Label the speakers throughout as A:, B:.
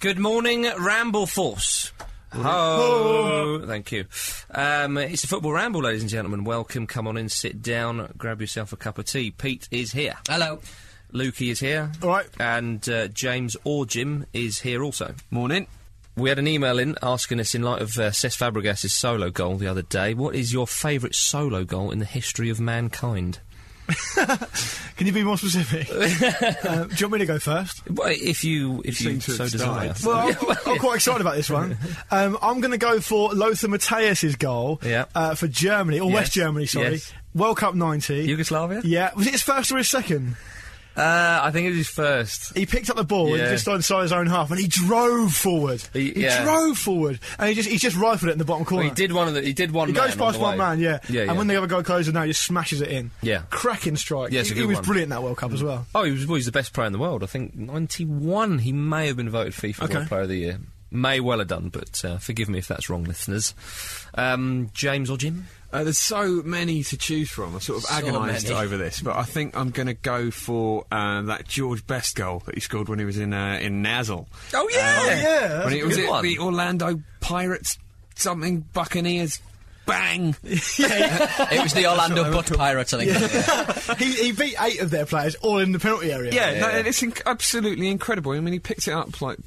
A: Good morning, Ramble Force. Oh, thank you. Um, it's a football ramble, ladies and gentlemen. Welcome. Come on in, sit down, grab yourself a cup of tea. Pete is here.
B: Hello.
A: Lukey is here.
C: All right.
A: And uh, James or Jim is here also.
B: Morning.
A: We had an email in asking us, in light of uh, Cesc Fabregas' solo goal the other day, what is your favourite solo goal in the history of mankind?
C: Can you be more specific? Uh, do you want me to go first?
A: Well, if you, if you, so desire.
C: Well, I'm, I'm quite excited about this one. Um, I'm going to go for Lothar Matthäus's goal
A: Yeah.
C: uh, for Germany, or West
A: Yes,
C: Germany, sorry.
A: yes.
C: World Cup 90.
A: Yugoslavia?
C: yeah, was it his first or his second?
A: Uh, I think it was his first.
C: He picked up the ball
A: Yeah.
C: and just inside his own half, and he drove forward.
A: He- yeah.
C: drove forward, and he just he just rifled it in the bottom corner.
A: Well, he did one of the. He did one.
C: He
A: man
C: goes past
A: on the
C: one
A: way.
C: man, yeah.
A: Yeah.
C: and
A: yeah.
C: when the other guy closes now, he just smashes it in.
A: Yeah.
C: cracking strike.
A: Yeah, it's
C: he,
A: a good
C: he was
A: one.
C: brilliant in that World Cup as well.
A: Oh, he was, well, he was the best player in the world. I think 91, he may have been voted FIFA
C: Okay.
A: World Player of the Year. May well have done, but uh, forgive me if that's wrong, listeners. Um, James or Jim?
B: Uh, there's so many to choose from. I sort of
A: So
B: agonised
A: many.
B: over this, but I think I'm going to go for uh, that George Best goal that he scored when he was in uh, in Nazle.
A: Oh, yeah!
C: Oh, yeah, that's
B: when
C: a
B: it was
A: good
B: it
A: one.
B: the Orlando Pirates something Buccaneers. Bang!
D: It was the Orlando Butt Pirates, I think.
C: he, he beat eight of their players all in the penalty area.
B: Yeah, No, it's inc- absolutely incredible. I mean, he picked it up like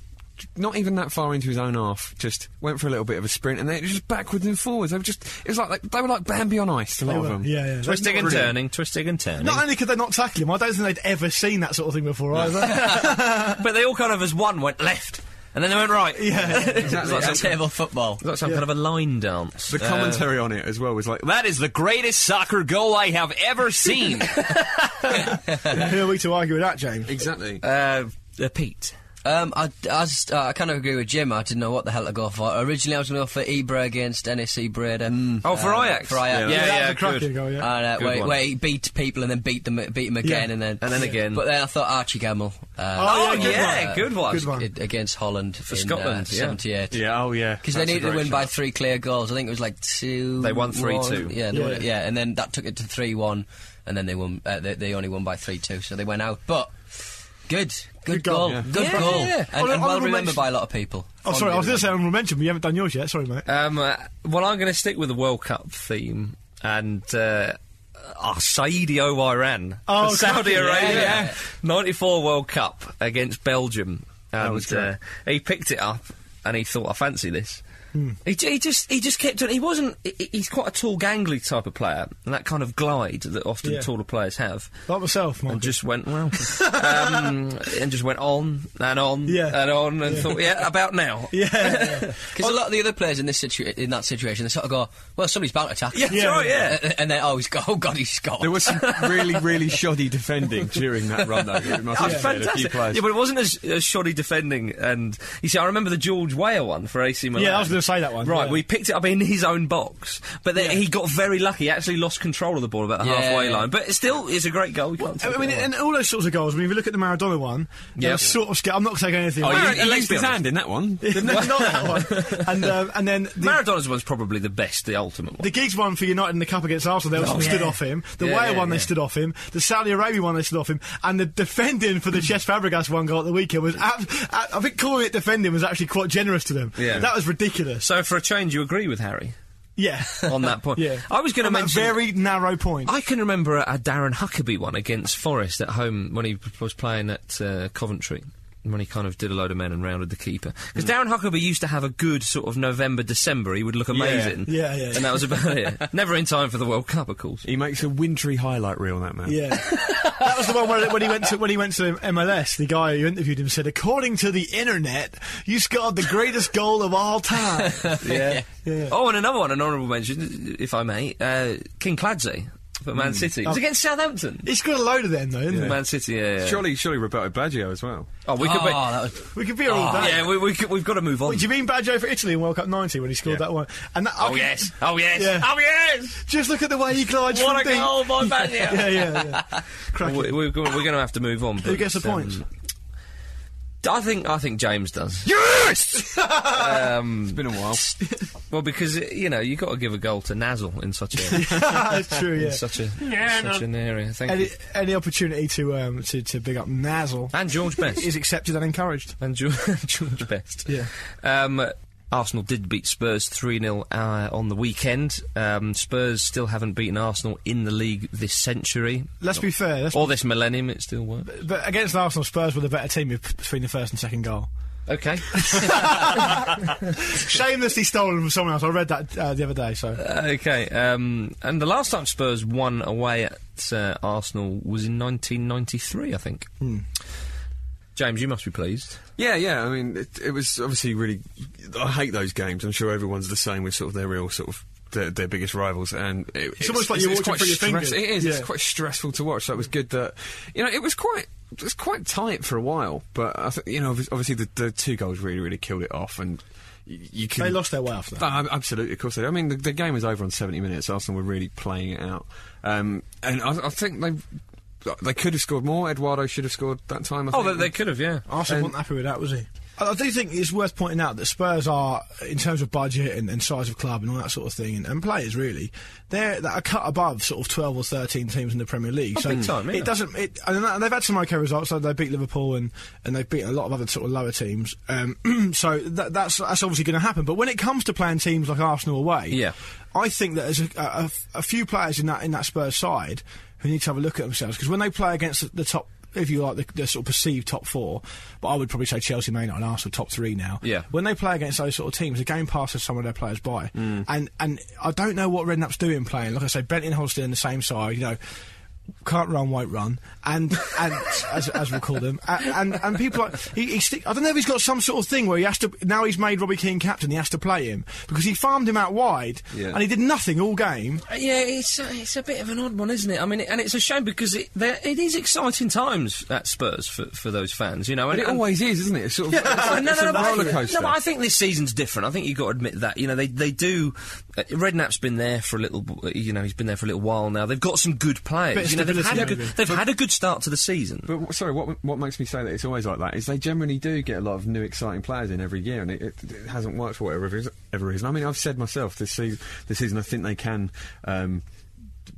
B: not even that far into his own half. Just went for a little bit of a sprint, and then it was just backwards and forwards. They were just it was like, like they were like Bambi on ice. A lot
C: They
B: of
C: were-
B: them.
C: Yeah, yeah.
A: Twisting and
C: Brilliant.
A: turning, twisting and turning.
C: Not only could they not tackle him, I don't think they'd ever seen that sort of thing before either.
A: but they all kind of, as one, went left, and then they went right. Yeah,
D: It's
A: exactly.
D: like
A: It's
D: some
A: like some,
D: table football.
A: it's like some kind of a line dance.
B: The commentary
C: Uh,
B: on it as well was like that is the greatest soccer goal I have ever seen.
C: Who are we to argue with that, James?
B: exactly.
A: Uh, uh, Pete.
D: Um, I, I, just, uh, I kind of agree with Jim. I didn't know what the hell to go for. Originally, I was going to go for Ibra against NSC Breda.
A: Oh, for
D: Uh,
A: Ajax.
D: For
A: Yeah,
C: that
D: Ajax.
C: was
A: yeah,
C: a cracking
A: good.
C: goal, yeah.
D: And, uh,
A: Good
D: where,
A: one.
D: where he beat people and then beat them, beat them again,
C: Yeah.
D: and then
A: And then again.
D: But then I thought Archie Gemmell. Uh,
C: Oh,
A: Oh,
C: yeah, good
A: yeah,
D: one.
A: good one.
C: Good one.
D: it- against Holland for
A: Scotland, yeah.
D: '78.
B: yeah. Oh yeah.
D: Because they needed to win by three clear goals. I think it was like two.
A: They won 3-2.
D: one- Yeah, they
C: Yeah.
D: won it- yeah, and then that took it to three one, and then they won. Uh, they, they only won by three two, so they went out. But good, good,
C: Good goal,
D: goal,
C: yeah.
D: good
A: Yeah,
D: goal,
A: yeah, yeah.
D: and,
C: Well,
D: and
C: I- I
D: well
C: would
D: remembered
C: mention-
D: by a lot of people.
C: Oh, sorry, I was going to say honourable mention, but you haven't done yours yet. Sorry, mate.
A: Um, uh, well, I'm going to stick with the World Cup theme and uh, uh, Saidi O Iran,
C: Oh,
A: for Saudi
C: cracking, yeah,
A: Arabia,
D: yeah.
A: 94 World Cup against Belgium, and
C: was
A: uh, he picked it up and he thought, "I fancy this."
C: Hmm.
A: He, j- he just he just kept doing. He wasn't. he- he- He's quite a tall, gangly type of player, and that kind of glide that often
C: Yeah. Oh,
A: taller players have
C: Like myself, Mark.
A: and just went well, um, and just went on and on
C: Yeah.
A: and on, and thought, yeah, about now.
C: Yeah, yeah.
D: Because a lot of the other players in this situa- in that situation, they sort of go, "Well, somebody's bound to attack."
A: Yeah, that's
C: Yeah.
A: right, yeah.
D: Uh, and then always go, "Oh God, he's scored."
B: There was some really, really shoddy defending during that run, though. It must
A: Oh,
B: have been a few
A: fantastic.
B: players.
A: Yeah, but it wasn't as, as shoddy defending. And you see, I remember the George Weah one for AC Milan.
C: Yeah, I was gonna say that one,
A: Right,
C: yeah.
A: we picked it up in his own box, but then he got very lucky. He actually lost control of the ball about the
D: Yeah.
A: halfway line. But it's still, it's a great goal. We can't take
C: I mean,
A: it away.
C: and all those sorts of goals. I mean, if you look at the Maradona one, they
A: Yeah.
C: were sort of scared. I'm not taking anything.
A: Oh,
C: away.
A: you-
B: He
A: and let's
B: used
A: be
B: his
A: honest.
B: hand in that one.
C: No, not that one. And um, and then the,
A: Maradona's one's probably the best, the ultimate one.
C: the Giggs one for United in the cup against Arsenal, they stood off him. The
A: Oh, Yeah,
C: Weah
A: yeah,
C: one, they
A: yeah.
C: stood off him. The Saudi Arabia one, they stood off him. And the defending for the Cesc Fabregas one goal at the weekend was, ab- ab- I think calling it defending was actually quite generous to them.
A: Yeah.
C: that was ridiculous.
A: so for a change, you agree with Harry
C: Yeah,
A: on that point.
C: yeah.
A: Oh, I was going to
C: On that
A: mention
C: very narrow point.
A: I can remember a, a Darren Huckabee one against Forest at home when he was playing at uh, Coventry. when he kind of did a load of men and rounded the keeper. Because
C: Hmm.
A: Darren Huckabee used to have a good sort of November, December. He would look amazing.
C: Yeah, yeah, yeah.
A: And that was about it. Never in time for the World Cup, of course.
B: He makes a wintry highlight reel, that man.
C: Yeah, that was the one where when he went to when he went to MLS, the guy who interviewed him said, "According to the internet, you scored the greatest goal of all time."
A: Yeah. Oh, and another one, an honourable mention, if I may, uh, King Cladze for
C: Hmm.
A: Man City. It
C: Oh.
A: was against Southampton.
C: He's got a load of them though, isn't
A: Man City, yeah. yeah.
B: Surely, surely Roberto Baggio as well.
A: Oh, we
C: Ah,
A: could
D: oh,
A: be.
D: that was
C: he? We could be here all day.
A: Oh, Yeah, we, we could, we've got to move on.
C: Wait, Oh, do you mean Baggio for Italy in World Cup '90 when he scored that one? And that, I
A: Oh
C: can-
A: yes! Oh yes!
C: Yeah.
A: Oh yes!
C: Just look at the way he glides
A: What
C: from
A: a
C: deep.
A: goal by Baggio!
C: Yeah, yeah, yeah. Cracking.
A: We, we're going to have to move on.
C: Who
A: but,
C: gets the
A: um,
C: points?
A: I think I think James does. Um,
C: Yes!
B: It's been a while.
A: Well, because you know you have got to give a goal to Nazzle in such a
C: That's true. Yeah.
A: such a such an area. Thank
C: Any,
A: you.
C: any opportunity to um to, to big up Nazzle
A: And George Best.
C: is accepted and encouraged.
A: and George, George Best.
C: Yeah.
A: Um, Arsenal did beat Spurs 3 0 uh, on the weekend. Um, Spurs still haven't beaten Arsenal in the league this century.
C: Let's be fair. Let's,
A: Or this millennium, it still works.
C: but against Arsenal, Spurs were the better team if- between the first and second goal.
A: Okay.
C: Shamelessly stolen from someone else. I read that uh, the other day. So
A: okay. Um, and the last time Spurs won away at uh, Arsenal was in 1993, I think.
B: Hmm.
A: James, you must be pleased.
B: Yeah, yeah. I mean, it, it was obviously really. I hate those games. I'm sure everyone's the same with sort of their real sort of their, their biggest rivals, and it, it's,
C: almost like you're
B: it's
C: watching
B: quite
C: through your
B: stress-
C: fingers.
B: It is.
C: Yeah.
B: It's quite stressful to watch. So it was good that you know it was quite. It was quite tight for a while, but I think you know obvi- obviously the, the two goals really really killed it off, and y- you can
C: they lost their way after that.
B: Oh, ab- absolutely, of course they. do. I mean, the, the game was over on seventy minutes. Arsenal were really playing it out, um, and I, I think they they could have scored more. Eduardo should have scored that time. I
A: Oh, they,
B: think.
A: they could have, yeah.
C: Arsenal wasn't happy with that, was he? I I do think it's worth pointing out that Spurs are, in terms of budget and, and size of club and all that sort of thing, and, and players really, they're that are cut above sort of twelve or thirteen teams in the Premier League. so
A: Oh, big time, yeah.
C: it doesn't. It, and that- they've had some okay results. Like they beat Liverpool and, and they've beaten a lot of other sort of lower teams. Um, so that, that's that's obviously going to happen. But when it comes to playing teams like Arsenal away,
A: Yeah.
C: I think that there's a, a- a- a few players in that in that Spurs side who need to have a look at themselves because when they play against the, the top, if you like, the, the sort of perceived top four, but I would probably say Chelsea, Man United, and Arsenal top three now.
A: Yeah.
C: When they play against those sort of teams, the game passes some of their players by, and and I don't know what Redknapp's doing playing. Like I say, Benton Holstein in the same side, you know. Can't run, won't run, and and as, as we call them, A- and and people like he, he stick, I don't know if he's got some sort of thing where he has to now he's made Robbie Keane captain, he has to play him because he farmed him out wide,
B: Yeah.
C: and he did nothing all game.
A: Uh, Yeah, it's a, it's a bit of an odd one, isn't it? I mean, and it's a shame because it there- it is exciting times at Spurs for, for those fans, you know. And,
B: But it
A: and-
B: always is, isn't it? It's sort of it's
A: no,
B: a-
A: no,
B: it's
A: no,
B: a
A: but I-
B: roller coaster.
A: no, but I think this season's different. I think you've got to admit that. You know, they they do. Uh, Redknapp's been there for a little. b- You know, he's been there for a little while now. They've got some good
C: Bit
A: players.
C: of
A: You know, they've had a
C: stability,
A: good,
C: maybe.
A: they've had a good start to the season.
B: But w- sorry, what what makes me say that it's always like that is they generally do get a lot of new exciting players in every year, and it, it, it hasn't worked for whatever reas- ever reason. I mean, I've said myself this season, this season I think they can um,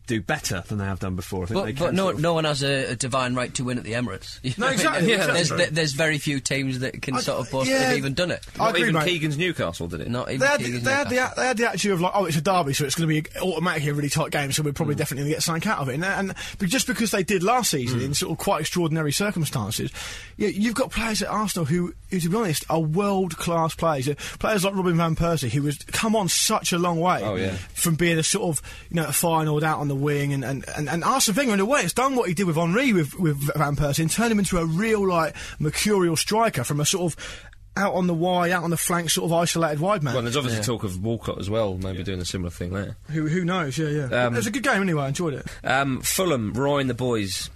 B: do better than they have done before. I think they
D: But,
B: can
D: but no,
B: sort of-
D: no one has a, a divine right to win at the Emirates. You
C: No,
D: know,
C: exactly,
D: there's-
C: yeah,
D: there's,
C: exactly.
D: there's very few teams that can
C: I-
D: sort of boast
C: yeah.
D: that they've even done it.
C: I
A: Not
C: agree,
A: even
C: mate.
A: Keegan's Newcastle did it.
D: Not even
C: They had,
D: Keegan's
C: they, had
D: Newcastle.
C: the, they had the attitude of like, oh, it's a derby, so it's going to be automatically a really tight game, so we're
A: Mm.
C: probably definitely going to get something out of it. And, and but just because they did last season
A: Mm.
C: in sort of quite extraordinary circumstances, you, you've got players at Arsenal who, who to be honest, are world class players. Uh, Players like Robin van Persie, who has come on such a long way
A: Oh, yeah.
C: from being a sort of you know a final out on the wing, and and and, and Arsene Wenger in a way has done what he did with Henri with with Van Persie, and turned him into a real like mercurial striker from a sort of. Out on the wide, out on the flank, sort of isolated wide man.
A: Well, there's obviously talk of Walcott as well, maybe doing a similar thing there.
C: Who, who knows? Yeah, yeah. it was a good game anyway. I enjoyed it.
A: Um, Fulham, Roy and the boys,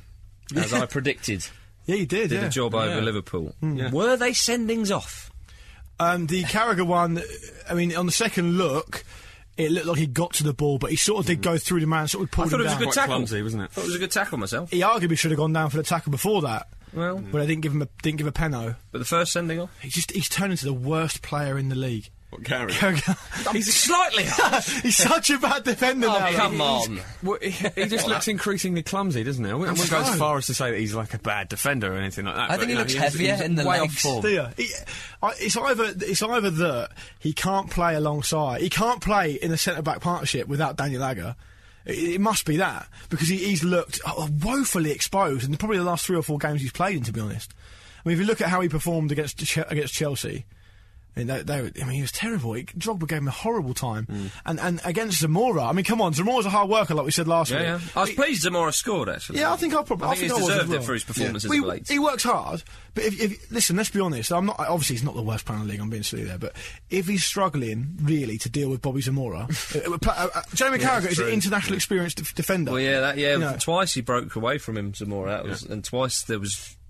A: as I predicted,
C: Yeah, you did.
A: did
C: yeah. Hmm.
A: a job over Liverpool. Were they sendings off?
C: Um, the Carragher one. I mean, on the second look, it looked like he got to the ball, but he sort of did go through the man, sort of pulled
A: Mm. I thought it
C: him
A: was a
C: down.
A: good
B: Quite
A: tackle.
B: clumsy, wasn't it?
A: I thought it was a good tackle myself.
C: he arguably should have gone down for the tackle before that.
A: Well-
C: but I didn't give him a didn't give a penno.
A: But the first sending off.
C: He just he's turned into the worst player in the league.
B: What, Gary?
C: Carragher.
A: He's slightly up.
C: he's such a bad defender now.
A: come on.
B: Well, he, he just looks increasingly clumsy, doesn't he? I wouldn't I wouldn't go as far as to say that he's like a bad defender or anything like that.
D: I
B: but,
D: think he
B: you know,
D: looks
B: was-
D: heavier
B: was
D: in the
B: way off
D: legs.
B: form.
C: Do you? He- I- it's either it's either that he can't play alongside, he can't play in a centre back partnership without Daniel Agger. It, it must be that because he, he's looked uh, woefully exposed in probably the last three or four games he's played in. To be honest, I mean, if you look at how he performed against Ch- against Chelsea, I mean, they, they, were- I mean, he was terrible. He, Drogba gave him a horrible time,
A: Mm.
C: and and against Zamora, I mean, come on, Zamora's a hard worker, like we said last
A: Yeah,
C: week.
A: yeah. I was pleased Zamora scored, actually.
C: Yeah, I think I probably.
A: I think
C: I
A: he's
C: was as
A: deserved it
C: well.
A: for his performances
C: We-
A: of late.
C: He works hard, but if, if listen, let's be honest. I'm not obviously he's not the worst player in the league. I'm being silly there, but if he's struggling really to deal with Bobby Zamora, uh, uh, pla- uh, uh, Jamie Carragher is an international experienced def- defender.
A: Well, yeah, that yeah.
C: You know.
A: Twice he broke away from him Zamora, that was, and twice there was,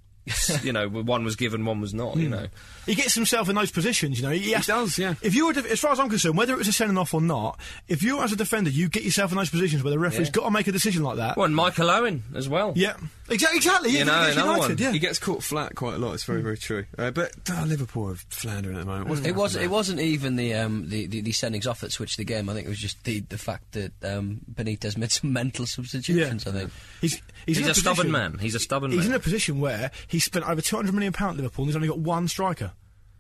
A: you know, one was given, one was not.
C: Hmm.
A: You know,
C: He gets himself in those positions, you know. He, has-
B: does, yeah.
C: If you were, def- as far as I'm concerned, whether it was a sending off or not, if you as a defender, you get yourself in those positions where the referee's got to make a decision like that.
A: well, and Michael Owen as well.
C: Yeah, exactly. Exactly.
A: You
C: yeah,
A: know,
C: against
A: another
C: United,
A: one.
C: yeah.
B: He gets caught flat quite a lot. It's very, very true. Uh, but uh, Liverpool are floundering at the moment. What's
D: It
B: happening
D: was.
B: there?
D: It wasn't even the um the, the, the sendings off that switched the game. I think it was just the the fact that um, Benitez made some mental substitutions. I think.
C: He's,
A: He's
C: in
A: a stubborn
C: position-
A: man. He's a stubborn
C: He's
A: man.
C: in a position where he spent over two hundred million pound at Liverpool, and he's only got one striker.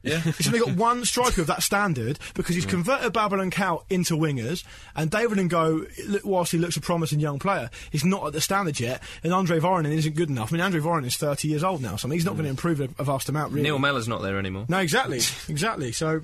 C: Yeah, he's only got one striker of that standard because he's converted Babel and Cow into wingers, and David and Go, look- whilst he looks a promising young player, he's not at the standard yet, and Andre Voronin isn't good enough. I mean, Andre Voronin is thirty years old now, so I mean, he's not going to improve a, a vast amount. Really,
A: Mm. Neil Mellor's not there anymore.
C: no, exactly, exactly. So,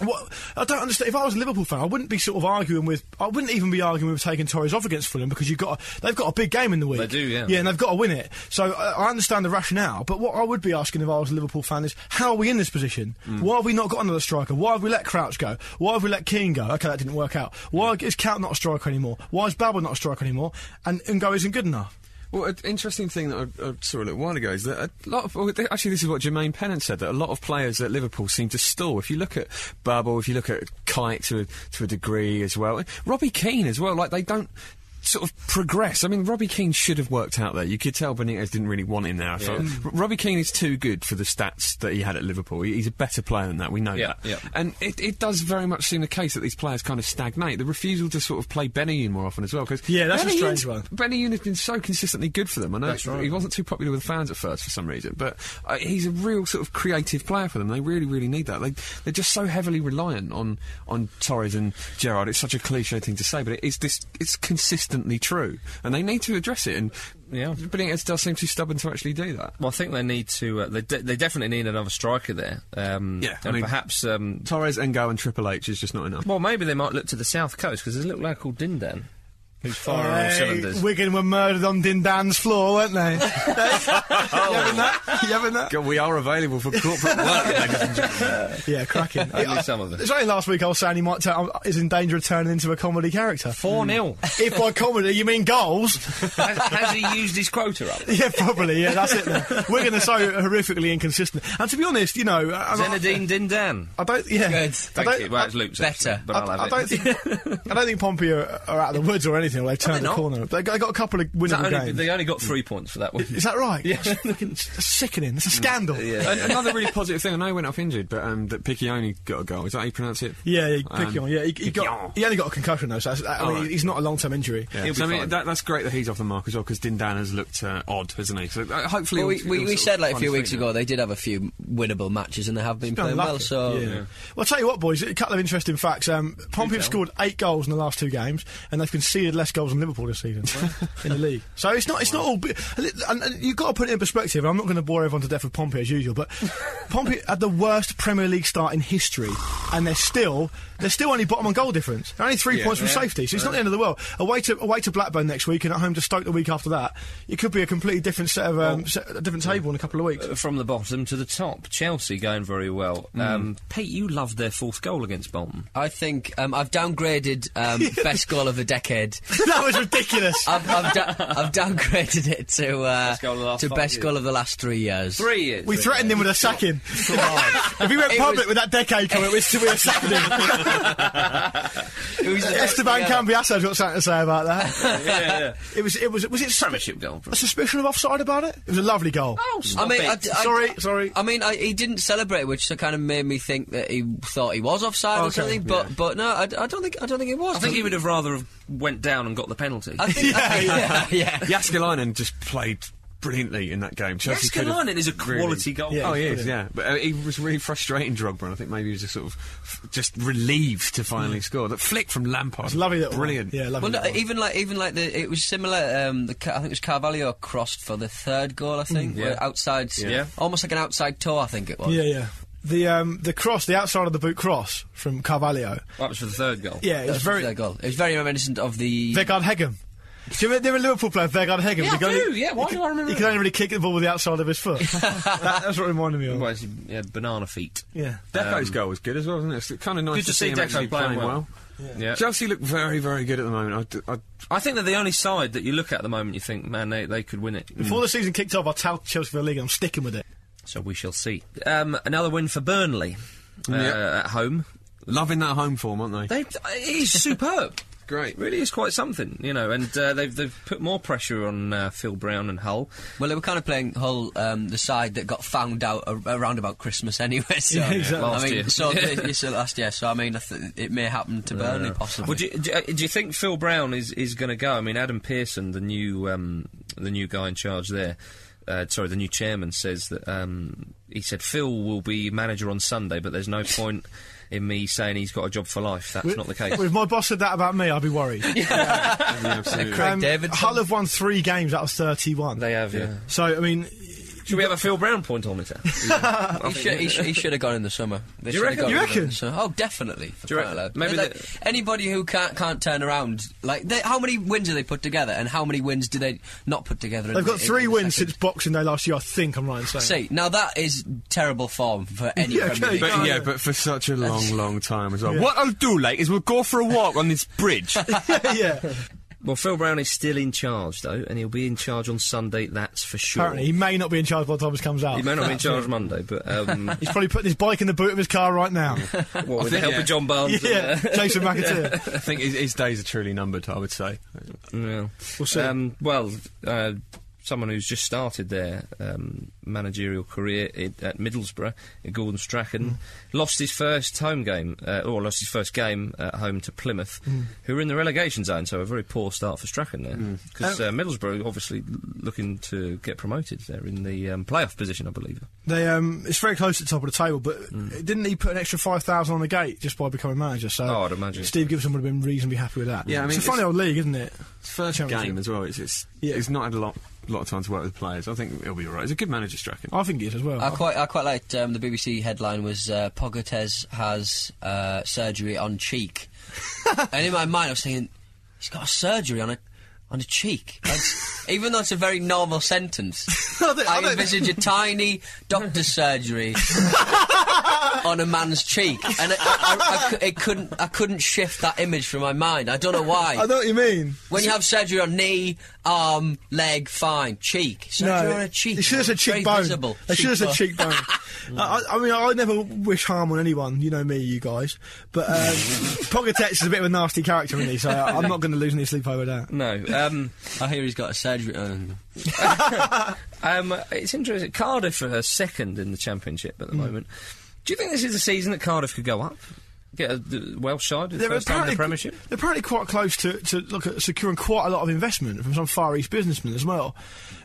C: what I don't understand. If I was a Liverpool fan, I wouldn't be sort of arguing with. I wouldn't even be arguing with taking Torres off against Fulham because you've got a, they've got a big game in the week.
A: They do, yeah.
C: Yeah, and they've got to win it. So I, I understand the rationale. But what I would be asking if I was a Liverpool fan is, how are we in this position?
A: Mm.
C: Why have we not got another striker? Why have we let Crouch go? Why have we let Keane go? Okay, that didn't work out. Why
A: Mm.
C: is Count not a striker anymore? Why is Babel not a striker anymore? And Ngo isn't good enough.
B: Well, an interesting thing that I, I saw a little while ago is that a lot of well, th- actually this is what Jermaine Pennant said that a lot of players at Liverpool seem to stall. If you look at Babel, if you look at Kite to a, to a degree as well, and Robbie Keane as well, like they don't. Sort of progress. I mean, Robbie Keane should have worked out there. You could tell Benitez didn't really want him there. I thought R- Robbie Keane is too good for the stats that he had at Liverpool. He- He's a better player than that. We know
A: Yeah,
B: that.
A: yeah.
B: And it, it does very much seem the case that these players kind of stagnate. The refusal to sort of play Benny more often as well. Cause
C: Yeah, that's a
B: Benny
C: strange
B: Youn's-
C: one.
B: Benny Yoon has been so consistently good for them. I know it's- he wasn't too popular with the fans at first for some reason, but uh, he's a real sort of creative player for them. They really, really need that. They, they're just so heavily reliant on on Torres and Gerrard. It's such a cliche thing to say, but it is this. It's consistently true, and they need to address it. And
A: Yeah.
B: Benitez does seem too stubborn to actually do that.
A: Well, I think they need to. Uh, they, de- they definitely need another striker there. Um,
B: Yeah, I
A: and
B: mean-
A: perhaps. Um,
B: Torres, Engo, and Triple H is just not enough.
A: well, maybe they might look to the south coast because there's a little lad called Dindan who's firing on all
C: Hey,
A: cylinders.
C: Wigan were murdered on Dindan's floor, weren't they? you having that? You having that?
B: God, we are available for corporate work. ladies and gentlemen.
C: Yeah, cracking.
A: Only some of them.
C: It's only last week I was saying he might turn, is in danger of turning into a comedy character.
A: Four 0
C: if by comedy you mean goals,
A: has, has he used his quota up?
C: yeah, probably. Yeah, that's it. Then. Wigan are so horrifically inconsistent. And to be honest, you know, I, I,
A: Zinedine Dindan.
C: I don't. Yeah,
D: Good.
C: I
A: Thank
C: don't.
A: you. Well, it's Luke's
D: better.
A: actually, but
C: I,
A: I'll have
C: I
A: it.
C: don't think I don't think Pompey are, are out of the woods or anything. They've turned
A: they
C: the
A: not?
C: corner. They got, they got a couple of
A: Is that
C: winnable
A: only-
C: games.
A: they only got three points for that one.
C: Is that right? Yeah, looking sickening. It's a scandal.
B: An- Another really positive thing. I know he went off injured, but um, that Piccioni got a goal. Is that how you pronounce it?
C: Yeah, yeah,
B: Um,
C: Picquion. yeah, he, he got.
B: Picquion.
C: He only got a concussion though, so that's, I mean,
B: Alright.
C: he's not a long-term injury.
B: Yeah.
A: He'll
B: So,
A: be
B: I mean,
A: fine.
B: that, that's great that he's off the mark as well because Dindan has looked uh, odd, hasn't he? So uh, hopefully,
D: Well, we
B: he'll-
D: we,
B: he'll
D: we
B: sort
D: said
B: of
D: like a
B: find
D: few
B: his
D: weeks
B: feet
D: ago
B: now.
D: they did have a few winnable matches and they have been
C: Done
D: playing well.
C: lucky.
D: So
C: Yeah. well, I'll tell you what, boys. A couple of interesting facts. Um, Pompey have scored eight goals in the last two games, and they've conceded less goals than Liverpool this season in the league. So it's not. It's not all. bi- And, and you've got to put it in perspective. And I'm not going to bore everyone to death with Pompey as usual, but Pompey had the worst Premier League start in history, and they're still they're still only bottom on goal difference. They're only three points from safety, so it's not the end of the world. Away to away to Blackburn next week, and at home to Stoke the week after that. It could be a completely different set of um, set, a different table in a couple of weeks.
A: From the bottom to the top, Chelsea going very well.
C: Hmm.
A: Um, Pete, you loved their fourth goal against Bolton.
D: I think um, I've downgraded um, best goal of the decade.
C: that was ridiculous.
D: I've, I've, da- I've downgraded it to uh,
A: Best goal of the last
D: to
A: five
D: best
A: years.
D: goal of the last three years.
A: Three years.
C: We threatened him with a sacking. if he went
D: It
C: public
D: was-
C: with that decade comment, we'd we sacked him.
D: It was the best
C: Esteban
D: year.
C: Cambiaso's got something to say about that.
A: yeah.
C: It was, it was, was it
A: Premiership goal.
C: A suspicion of offside about it? It was a lovely goal.
A: Oh,
D: I
A: stop
D: mean,
A: it.
D: I d- I-
C: Sorry, sorry.
D: I mean, I, he didn't celebrate, which so kind of made me think that he thought he was offside or
C: Okay,
D: something. But but no, I, d- I don't think I don't think it was.
A: I think he would have rather have went down and got the penalty.
D: I think, I think- yeah, yeah.
B: Jaskalainen just played brilliantly in that game. Chelsea could have
A: Escalanin is a
B: really-
A: quality goal.
B: oh, he is, yeah. But uh, he was really frustrating, Drogba, and I think maybe he was just sort of f- just relieved to finally score. That flick from Lampard.
C: It's a lovely little one.
B: Brilliant.
C: Yeah, lovely.
D: Well, no,
C: little one.
D: even like even like the it was similar. Um, the Ca- I think it was Carvalho crossed for the third goal. I think
A: yeah.
D: where outside,
A: Yeah.
D: almost like an outside toe. I think it was.
C: yeah, yeah. The um, the cross, the outside of the boot cross from Carvalho.
A: That was for the third goal.
C: Yeah, it
D: That
C: was
D: was
C: very.
D: the third goal. It was very reminiscent of the.
C: Vegard Hegem. Do you remember, there were Liverpool player Vegard Hegem?
A: Yeah,
C: He
A: I
C: could
A: do,
C: only-
A: yeah, why do
C: he could-
A: I remember
C: He could
A: that?
C: only really kick the ball with the outside of his foot. that, that's what it reminded me of.
A: Well, it's, yeah, banana feet.
C: Yeah.
B: Deco's goal was good as well, wasn't it? It's kind of nice
A: Good to see
B: him
A: Deco
B: actually
A: playing well. Yeah.
B: Chelsea look very, very good at the moment. I d- I,
A: I think they're the only side that you look at at the moment you think, man, they, they could win it. Mm.
C: Before the season kicked off, I tagged Chelsea for the league and I'm sticking with it.
A: So we shall see. Um, another win for Burnley uh,
B: Yeah.
A: at home.
B: loving that home form, aren't they?
A: They, it is superb.
B: Great.
A: Really is quite something, you know, and uh, they've, they've put more pressure on uh, Phil Brown and Hull.
D: Well, they were kind of playing Hull, um, the side that got found out ar- around about Christmas anyway. So,
C: Yeah, exactly.
D: I
A: Last
D: mean,
A: year.
D: so it's the last year. So I mean, I th- it may happen to Burnley possibly.
A: Well, do, you- do, uh, do you think Phil Brown is, is going to go? I mean, Adam Pearson, the new um, the new guy in charge there, uh, sorry, the new chairman says that um, he said Phil will be manager on Sunday, but there's no point in me saying he's got a job for life. That's not the case.
C: If my boss said that about me, I'd be worried.
B: absolutely.
D: Craig Davidson.
C: Um, Hull have won three games out of 31.
A: They have, yeah.
C: so, I mean,
A: Should we have a Phil Brown point on it? then?
D: He should, he, should, he should have gone in the summer. They
A: Do you
D: should have
A: reckon?
D: gone
A: You
D: in the
C: reckon?
D: summer. oh, definitely. For
A: Do you reckon?
D: crying out loud.
A: Maybe
D: Like,
A: they-
D: anybody who can't can't turn around. Like, they, how many wins do they put together, and how many wins do they not put together? in
C: they've
D: the-
C: got
D: in
C: three
D: the
C: wins
D: second?
C: since Boxing Day last year, I think I'm right in saying.
D: See, now that is terrible form for any
C: Yeah,
D: Premier
C: okay.
D: League.
B: But
C: Oh,
B: yeah,
C: yeah.
B: but for such a long, long time as well. What I'll do, like, is we'll go for a walk on this bridge.
C: yeah.
A: well, Phil Brown is still in charge though, and he'll be in charge on Sunday. That's for sure.
C: Apparently, he may not be in charge by the time this comes out.
A: He may not be in charge Monday, but um,
C: He's probably putting his bike in the boot of his car right now.
A: what, with the help
B: yeah.
A: of John Barnes. uh,
C: yeah, Jason McAteer.
B: I think his, his days are truly numbered. I would say.
A: And, uh, yeah.
C: We'll see.
A: Um, well, uh, someone who's just started their um, managerial career i at Middlesbrough, uh, Gordon Strachan,
C: Mm.
A: lost his first home game, uh, or lost his first game at home to Plymouth,
C: Mm.
A: who were in the relegation zone, so a very poor start for Strachan there. Because
C: Oh.
A: uh, Middlesbrough obviously l- looking to get promoted. They're in the um, playoff position, I believe.
C: They, um, it's very close to the top of the table, but didn't he put an extra 5,000 on the gate just by becoming manager? So
A: Oh, I'd imagine.
C: Steve Gibson would have been reasonably happy with that.
B: Yeah, I mean,
C: it's a funny
B: it's-
C: old league, isn't it?
B: First
C: Championship.
B: game as well. It's it's,
C: Yeah.
B: it's not had a lot lot of time to work with players. I think he'll be all right. He's a good manager, Strachan.
C: I think it is as well.
D: I quite, I quite liked um, the BBC headline was uh, Pogates has uh, surgery on cheek, and in my mind I was thinking he's got a surgery on a on a cheek. That's- even though it's a very normal sentence,
C: I don't- I
D: I,
C: don't-
D: envisage a tiny doctor's surgery on a man's cheek, and I, I, I cou- it couldn't, I couldn't shift that image from my mind. I don't know why.
C: I know what you mean.
D: when you have surgery on knee, arm, leg, fine, cheek. Surgery on a cheek.
C: They should have said
D: Very
C: cheekbone.
D: visible.
C: They should have said cheekbone. I, I I mean, I never wish harm on anyone. You know me, you guys. But um, Pogatetz is a bit of a nasty character, isn't he? So I- I'm not going to lose any sleep over that.
A: No. Um,
D: I hear he's got a surgery. uh, on.
A: Um, it's interesting. Cardiff are second in the championship at the moment. Do you think this is the season that Cardiff could go up? Get a the Welsh side for the first time in the Premiership?
C: they're apparently quite close to, to look at securing quite a lot of investment from some Far East businessman as well,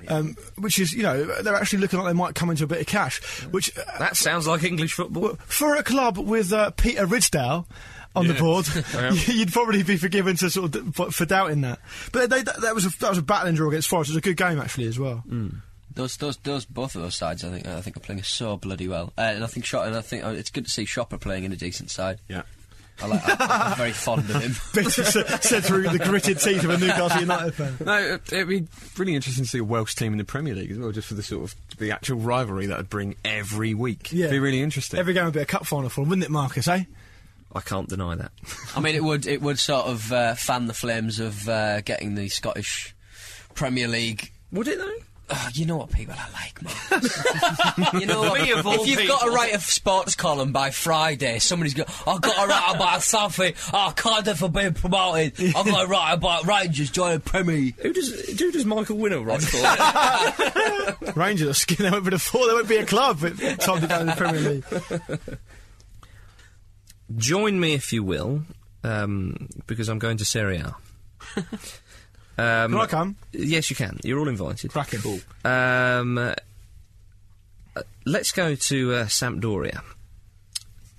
C: um, which is you know they're actually looking like they might come into a bit of cash, which uh,
A: That sounds like English football.
C: Well, for a club with uh, Peter Ridsdale on the board, you'd probably be forgiven to sort of d- for doubting that. But they, that, that was a, that was a battling draw against Forest. It was a good game actually as well.
B: Hmm.
D: Those, those, those, both of those sides, I think, I think are playing so bloody well. Uh, and I think Shot, and I think uh, it's good to see Shopper playing in a decent side.
B: Yeah.
D: I like, I, am very fond of him.
C: Bitty sa- said through the gritted teeth of a Newcastle United fan.
B: No, it- it'd be really interesting to see a Welsh team in the Premier League as well, just for the sort of the actual rivalry that would bring every week.
C: Yeah.
B: It'd be really interesting.
C: Every game would be a cup final for them, wouldn't it, Marcus? Eh?
A: I can't deny that.
D: I mean, it would it would sort of uh, fan the flames of uh, getting the Scottish Premier League.
A: Would it, though?
D: Oh, you know what people are like, man. you know what?
A: Me of all
D: If you've got to
A: people.
D: write a sports column by Friday, somebody's going, I've got to write about something. Oh, Cardiff are being promoted. I've got to write about Rangers joining Premier.
A: Who does, who does Michael Winner write for?
C: Rangers are skin. They won't be the four. They won't be a club. But time to go in the Premier League.
B: Hmm.
A: Join me, if you will, um, because I'm going to Serie A. Um,
C: Can I come?
A: Yes, you can. You're all invited.
C: Cracking. Cool.
A: Um, uh, let's go to uh, Sampdoria.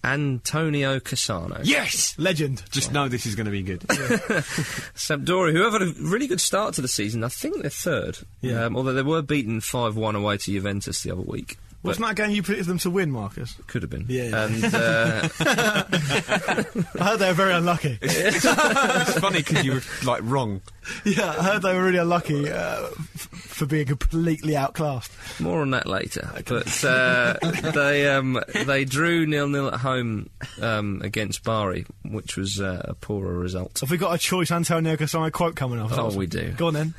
A: Antonio Cassano.
C: Yes, legend.
B: Just know this is going to be good.
A: Sampdoria, who have had a really good start to the season. I think they're third.
C: Yeah.
A: Um, although they were beaten 5 1 away to Juventus the other week.
C: Wasn't that a game you predicted them to win, Marcus?
A: Could have been.
C: Yeah.
A: And uh,
C: I heard they were very unlucky.
B: it's funny because you were like wrong.
C: yeah, I heard they were really unlucky uh, f- for being completely outclassed.
A: more on that later. But uh, they um, they drew nil nil at home um, against Bari, which was uh, a poorer result.
C: Have we got a choice Antonio Cassano quote coming up?
A: Oh, we do.
C: Go on then.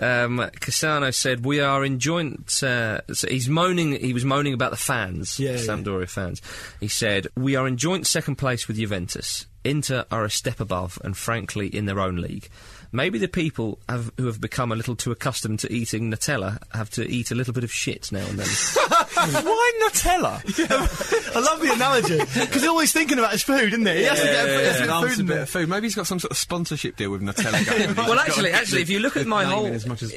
A: Um, Cassano said, "We are in joint." Uh, so he's moaning. He was moaning about the fans,
C: Yeah,
A: the
C: yeah.
A: Sampdoria fans. He said, "We are in joint second place with Juventus. Inter are a step above, and frankly, in their own league. Maybe the people have, who have become a little too accustomed to eating Nutella have to eat a little bit of shit now and then."
B: Why Nutella?
C: I love the analogy because he's always thinking about his food, isn't he? He has to get a, he has to
B: And
C: get
B: after
C: food
B: a
C: in
B: bit
C: there.
B: of food. Maybe he's got some sort of sponsorship deal with Nutella. going on.
A: well,
B: He's just gotta
A: actually,
B: get
A: actually,
B: the-
A: if you look at
B: the
A: my
B: name
A: whole,
B: in as much as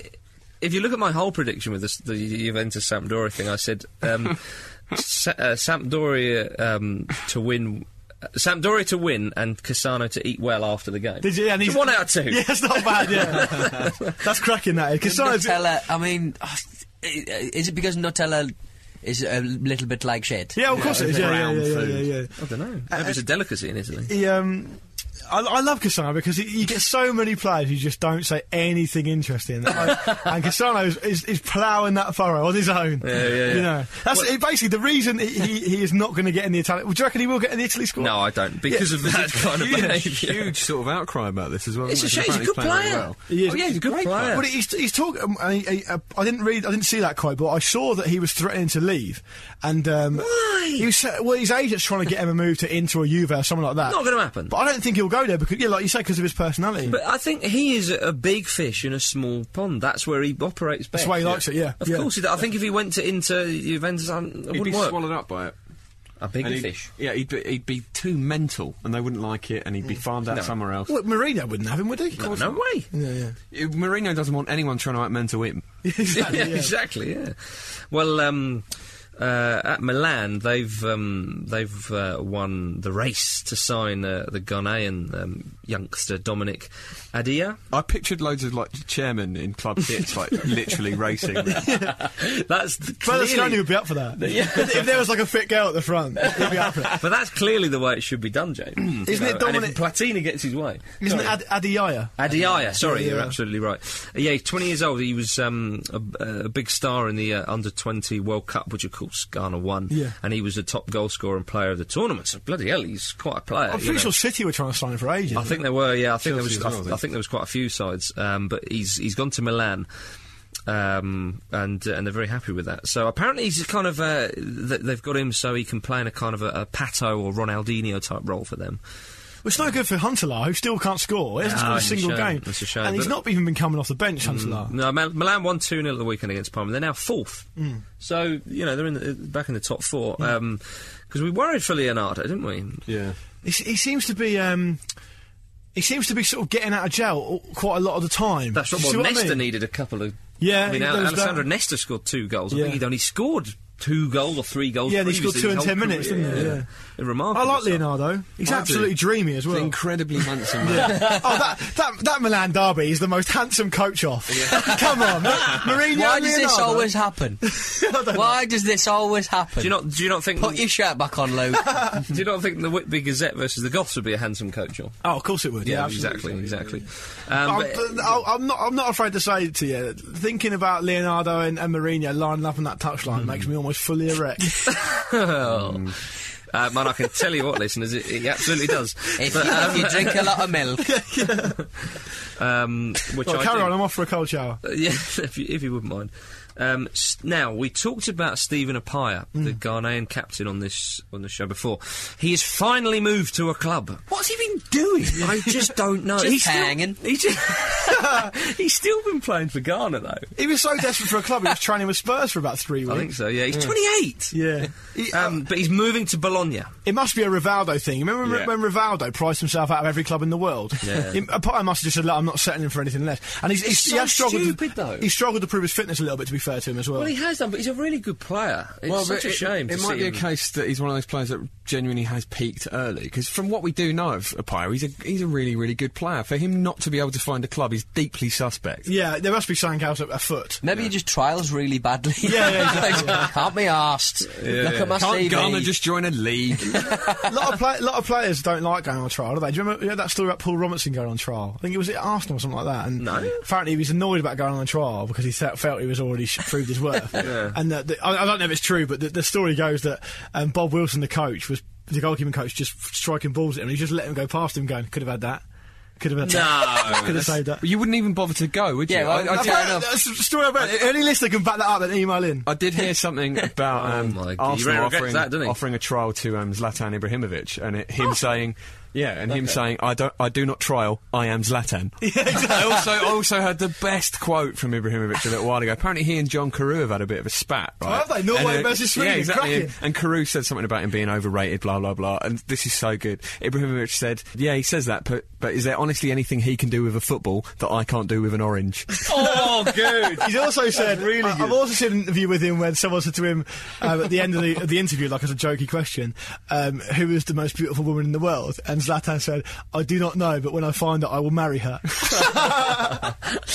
A: if you look at my whole prediction with this, the Juventus Sampdoria thing, I said um, Sa- uh, Sampdoria um, to win. uh, Sampdoria to win and Cassano to eat well after the game.
C: Did you? And
A: So
C: he's
A: one out of two.
C: Yeah, it's not bad. Yeah, that's cracking. That is. Cassano's
D: Nutella. I mean, oh, is it because Nutella is a little bit like shit?
C: Yeah, of course it is. Yeah, yeah,
B: brown
C: yeah, yeah, yeah,
B: food.
C: yeah.
A: I don't know. Maybe it's a delicacy in Italy.
C: He, um, I, I love Cassano because he, you get so many players who just don't say anything interesting, Like, and Cassano is, is, is ploughing that furrow on his own.
A: yeah, yeah.
C: You know, that's it- basically the reason he, he, he is not going to get in the Italian. Well, do you reckon he will get in the Italy squad?
A: No, I don't. Because of that kind of
B: huge,
A: behaviour.
B: huge sort of outcry about this as well.
A: It's a
B: isn't
A: shame.
B: it?
A: He's a
B: Apparently
A: good
B: playing
A: player.
B: really well.
C: He is.
A: Oh, yeah, he's a good
C: Great
A: player.
C: But he's, he's talking. Um, and he, he, uh, I didn't read. I didn't see that quote, but I saw that he was threatening to leave. And um, why? He was, sa- well, his agent's trying to get him a move to Inter or Juve or something like that.
A: Not gonna happen.
C: But I don't think he'll go there because, yeah, like you say, because of his personality.
A: But I think he is a big fish in a small pond. That's where he operates best.
C: why he likes it, yeah.
A: Of
C: Yeah.
A: course, he does. I think if he went to Inter Juventus, um, it
B: He'd be
A: wouldn't work.
B: swallowed up by it.
A: A big
B: And he'd-
A: fish.
B: Yeah, he'd be, he'd be too mental, and they wouldn't like it, and he'd be
A: Mm.
B: farmed out somewhere else.
C: Well, Marino wouldn't have him, would he?
A: No way.
C: Yeah, yeah.
B: It- Mourinho doesn't want anyone trying to outmental him.
A: yeah, exactly. Yeah. Well, um, uh, at Milan, they've um, they've uh, won the race to sign uh, the Ghanaian um, youngster Dominic Adia.
B: I pictured loads of like chairmen in club kits, like literally racing.
A: That's the,
C: Berlusconi
A: clearly,
C: would be up for that. if, if there was like a fit girl at the front, he'd be up for it.
A: but that's clearly the way it should be done, James. Isn't
C: it Dominic-
A: Platini gets his way.
C: Isn't it Ad-
A: Uh,
C: Adiaya?
A: Adiaya, sorry,
C: Yeah.
A: you're absolutely right. Uh, yeah, he's 20 years old. He was um, a, a big star in the uh, under 20 World Cup, which of course Ghana won.
C: Yeah.
A: And he was the top goal scorer and player of the tournament. So bloody hell, he's quite a player.
C: I'm
A: you
C: pretty
A: know.
C: sure City were trying to sign him for ages.
A: I think there were, yeah. I think
B: Chelsea
A: there was.
B: as well,
A: I,
B: I
A: th- I
B: think.
A: think there was quite a few sides, um, but he's he's gone to Milan, um, and uh, and they're very happy with that. So apparently he's kind of uh, th- they've got him so he can play in a kind of a, a Pato or Ronaldinho type role for them.
C: It's no good for Huntelaar, who still can't score. He hasn't
A: No, Ah,
C: scored a
A: it's a
C: single
A: shame.
C: game.
A: It's a shame,
C: and he's
A: but- Mm,
C: not even been coming off the bench, Huntelaar.
A: No, Mil- Milan won two 0 at the weekend against Parma. They're now fourth,
B: Mm.
A: so you know they're in the, back in the top four. Because we worried for Leonardo, didn't we?
B: yeah,
C: He, s- he seems to be. Um, he seems to be sort of getting out of jail all- quite a lot of the time.
A: That's
C: Do
A: what,
C: you
A: well,
C: see
A: Nesta
C: I mean?
A: needed a couple of.
C: Yeah,
A: I mean,
C: he-
A: Al-
C: there was that.
A: Alessandro Nesta scored two goals. I
C: Yeah.
A: think he'd only scored two goals or three goals.
C: Yeah, and he scored
A: previously
C: two
A: his
C: in ten
A: whole
C: minutes,
A: career.
C: didn't he? Yeah.
A: Yeah. Remarkable.
C: I like
A: stuff.
C: Leonardo. He's
B: I do.
C: absolutely dreamy as well.
B: incredibly handsome. Man.
C: oh, that, that that Milan derby is the most handsome coach off. Come on, Mourinho.
D: Why
C: and
D: does this
C: Leonardo.
D: always happen? Why does this always
A: Do
D: happen?
A: you not? Do you not think?
D: Put your shirt back on, Luke.
A: do you not think the Whitby Gazette versus the Goths would be a handsome coach? Or?
C: Oh, of course it would. Yeah,
A: exactly,
C: absolutely.
A: exactly. Um,
C: I'm,
A: but-
C: I'll- I'm not. I'm not afraid to say to you. Thinking about Leonardo and, and Mourinho lining up on that touchline
A: Hmm.
C: makes me almost fully erect.
A: uh, man, I can tell you what, listeners, it, it absolutely does.
D: if,
A: But,
D: you,
A: um,
D: if you drink a lot of milk,
A: um, which
C: well,
A: I
C: carry
A: do.
C: on. I'm off for a cold shower.
A: Uh, yeah, if you, if you wouldn't mind. Um, s- now we talked about Stephen Apaya, the Ghanaian captain on this on the show before. He has finally moved to a club.
D: What's he been doing?
A: I just don't know.
D: Just
A: he's
D: hanging.
A: Still, he's, just- he's still been playing for Ghana though.
C: He was so desperate for a club, he was training with Spurs for about three
A: I
C: weeks.
A: think so. Yeah, he's 28.
C: Yeah. He-
A: Um, but he's moving to Bologna.
C: It must be a Rivaldo thing. Remember
B: Yeah.
C: when Rivaldo priced himself out of every club in the world?
A: Yeah.
C: He- Apart, I must have just said, "Look, I'm not settling for anything less." And he's, he's,
A: It's
C: he
A: so
C: has struggled.
A: stupid,
C: to,
A: though.
C: He struggled to prove his fitness a little bit. To be fair to him as well.
A: Well, he has done, but he's a really good player. It's
B: but
A: such a
B: it-
A: shame.
B: It,
A: to
B: might
A: see
B: be
A: him-
B: a case that he's one of those players that genuinely has peaked early. Because from what we do know of Apire, he's a he's a really really good player. For him not to be able to find a club is deeply suspect.
C: yeah, there must be something else a- afoot.
D: Maybe he just trials really badly.
C: Yeah, yeah, exactly,
D: Can't be asked. Look at my
B: Can't
D: CV.
B: Ghana just join a league?
C: a lot of play, lot of players don't like going on trial, do they? Do you remember you had that story about Paul Robertson going on trial? I think it was at Arsenal or something like that. And
A: No.
C: apparently he was annoyed about going on trial because he fe- felt he was already sh- proved his worth. And that the, I, I don't know if it's true, but the, the story goes that um, Bob Wilson, the coach, was the goalkeeping coach, just f- striking balls at him. and He just let him go past him, going, "Could have had that. Could have had that.
A: No.
C: Could have saved that."
B: But you wouldn't even bother to go, would you?
D: Yeah, well,
B: I, I,
D: fair
B: did,
D: enough.
C: That's a story about it. Any listener can back that up and email in.
B: I did hear something about
A: Oh
B: um,
A: my God, you really
B: Arsenal
A: regrets
B: offering,
A: that, don't you? Oh.
B: offering a trial to um, Zlatan Ibrahimovic, and it, him saying, "Yeah," and him saying, "I don't, I do not trial. I am Zlatan." I also also had the best quote from Ibrahimovic a little while ago. Apparently, he and John Carew have had a bit of a spat. Right?
C: have they? Norway
B: And,
C: versus Sweden,
B: Yeah, exactly.
C: cracking.
B: And, and Carew said something about him being overrated, blah blah blah. And this is so good. Ibrahimovic said, "Yeah, he says that, but but is there honestly anything he can do with a football that I can't do with an orange?"
A: Oh, good.
C: He's also said. I, have also seen an interview with him when someone said to him um, at the end of the, of the interview, like as a jokey question, um, "Who is the most beautiful woman in the world?" And Zlatan said, "I do not know, but when I find it, I will marry her."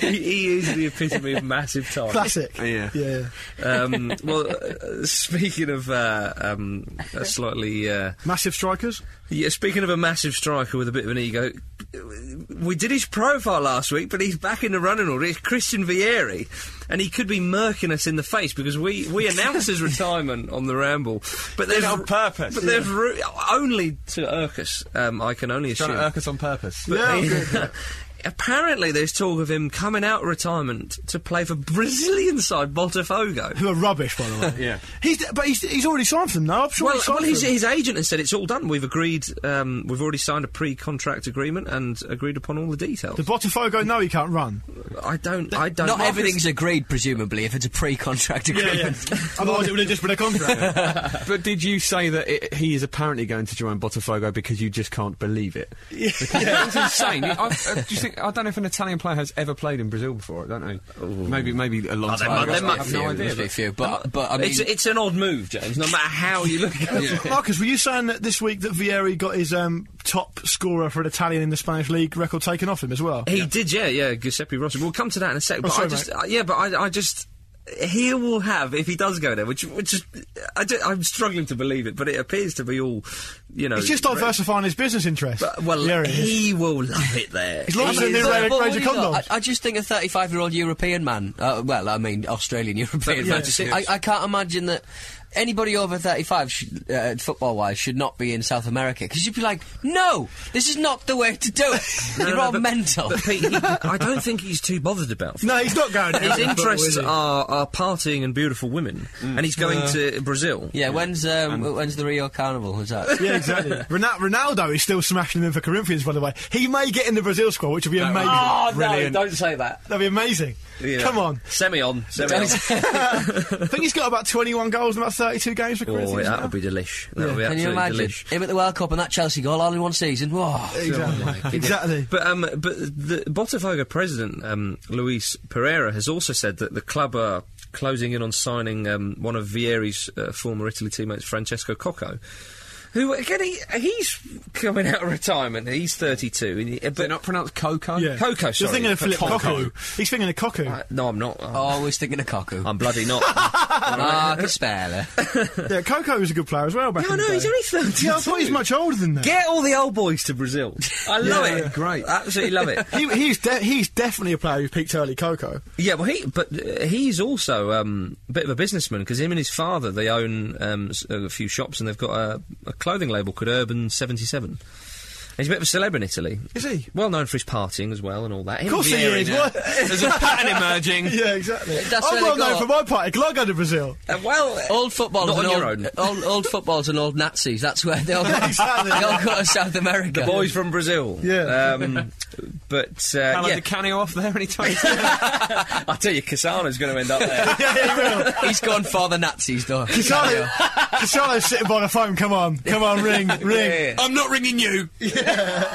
A: he, he is the epitome of massive time.
C: Classic.
B: Yeah.
C: yeah.
A: Um, well, uh, speaking of uh, um, a slightly, uh,
C: Massive strikers.
A: yeah, speaking of a massive striker with a bit of an ego, we did his profile last week, but he's back in the running order. It's Christian Vieri, and he could be murking us in the face because we, we announced his retirement on the ramble, but there's
B: on purpose.
A: But there's ru- only to irk us. Um, I can only assume.
B: Trying to irk us on purpose.
A: But he- apparently, there's talk of him coming out of retirement to play for Brazilian side Botafogo.
C: Who are rubbish, by the way.
B: Yeah.
C: He's, but he's, he's already signed for them now. I'm sure
A: Well,
C: he's signed
A: well
C: for
A: his,
C: them.
A: his agent has said it's all done. We've agreed. Um, we've already signed a pre-contract agreement and agreed upon all the details.
C: The Botafogo, no, he can't run.
A: I don't. I don't.
D: Not
A: Marcus-
D: everything's agreed, presumably, if it's a pre-contract agreement.
C: Otherwise, it would have just been a contract.
B: But did you say that it, he is apparently going to join Botafogo because you just can't believe it? Yeah, it's insane. I, I, do you think, I don't know if an Italian player has ever played in Brazil before. I don't know. Maybe maybe a long
A: Oh, there
B: time.
A: might-
B: ago.
A: there might
B: I have
A: be
B: no
A: a-
B: idea.
D: Must be a
B: but-
D: few, but, but I mean,
A: It's, it's an odd move, James. No matter how you look at it.
C: Marcus, were you saying that this week that Vieri got his um, top scorer for an Italian in the Spanish league record taken off him as well?
A: He did, yeah, yeah. Giuseppe Rossi. We'll come to that in a sec. but
C: Oh, sorry,
A: I just, uh, yeah, but I, I just. He will have if he does go there, which which is, I am struggling to believe it, but it appears to be all, you know.
C: He's just diversifying his business interests.
A: But, well,
C: Vieri is.
A: he will love it there.
C: He's long
A: He
C: as the
A: is-
C: new
D: But-
C: Ranger-
D: but
C: Ranger
D: what do you
C: Condoms.
D: got? I, I just think a 35 year old European man, uh, well, I mean, Australian European man, just- I, I can't imagine that anybody over 35, should, uh, football wise, should not be in South America. Because you'd be like, no, this is not the way to do it.
A: No, no,
D: You're
A: no,
D: all
A: but-
D: mental.
A: but Pete, he- I don't think he's too bothered about.
C: No, he's not going.
A: His interests are, are partying and beautiful women, and he's going to Brazil.
D: yeah, when's um, when's the Rio Carnival? Is that?
C: Yeah, exactly. Ronal- Ronaldo is still smashing them in for Corinthians, by the way. He may get in the Brazil squad, which would be amazing.
D: Oh,
B: Brilliant.
A: Oh, no! Don't say that.
C: That'd be amazing. Come on.
A: semi on, semi on.
C: I think he's got about 21 goals in about 32 games for
A: Oh,
C: Corinthians.
A: that
C: now.
A: would be delish. That would be
D: Can you
A: absolutely
D: imagine
A: delish. Oh
D: him at the World Cup and that Chelsea goal all in one season? Whoa.
C: Exactly. exactly.
A: But um, but the Botafogo president um, Luis Pereira has also said that the club are closing in on signing um, one of Vieri's uh, former Italy teammates, Francesco Cocco. Who again? He, he's coming out of retirement. He's thirty-two. and he- but
B: Is it not pronounced Coco?
C: Yeah.
A: Coco,
C: You're
A: sorry.
C: thinking of Philip
B: Coco.
C: Cocu. He's thinking of Cocu.
A: Uh, no, I'm not. I'm,
C: Oh,
D: Always thinking of Cocker.
A: I'm bloody not.
D: Ah, Caspella.
C: Yeah, Coco was a good player as well back
A: no,
C: in the
A: no,
C: day.
A: he's only thirty.
C: Yeah, I thought he's much older than that.
A: Get all the old boys to Brazil. I love
B: Yeah,
A: it.
B: great.
A: Absolutely love it.
C: he, he's, de- he's definitely a player who peaked early, Coco.
A: Yeah, well, he but uh, he's also um, a bit of a businessman because him and his father they own um, s- a few shops and they've got a, a clothing label called Urban Seventy Seven. He's a bit of a celeb in Italy.
C: Is he?
A: Well known for his partying as well and all that. Of
C: course he is, what?
A: There's a pattern emerging.
C: Yeah, exactly.
D: That's
C: I'm
D: where they
C: well known
D: got-
C: for my party. Can I go to Brazil?
A: Uh, well,
D: Old footballers
A: Not
D: and
A: on
D: old,
A: your own.
D: old old footballers and old Nazis. That's where they all go,
C: exactly.
D: they all go to South America.
A: the boys from Brazil.
C: Yeah.
A: Um, but uh, yeah,
B: canny off there anytime.
A: I tell you, Cassano's going to end up there.
D: He's gone for the Nazis, though.
C: Cristiano, Cristiano's sitting by the phone. Come on, come on, ring, ring.
A: Yeah.
D: I'm not ringing you.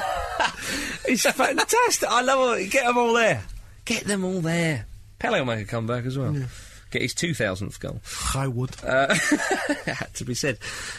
A: It's fantastic. I love it. Get them all there. Get them all there. Pele will make a comeback as well. Get his 2000th goal.
C: I would.
A: Uh, had to be said.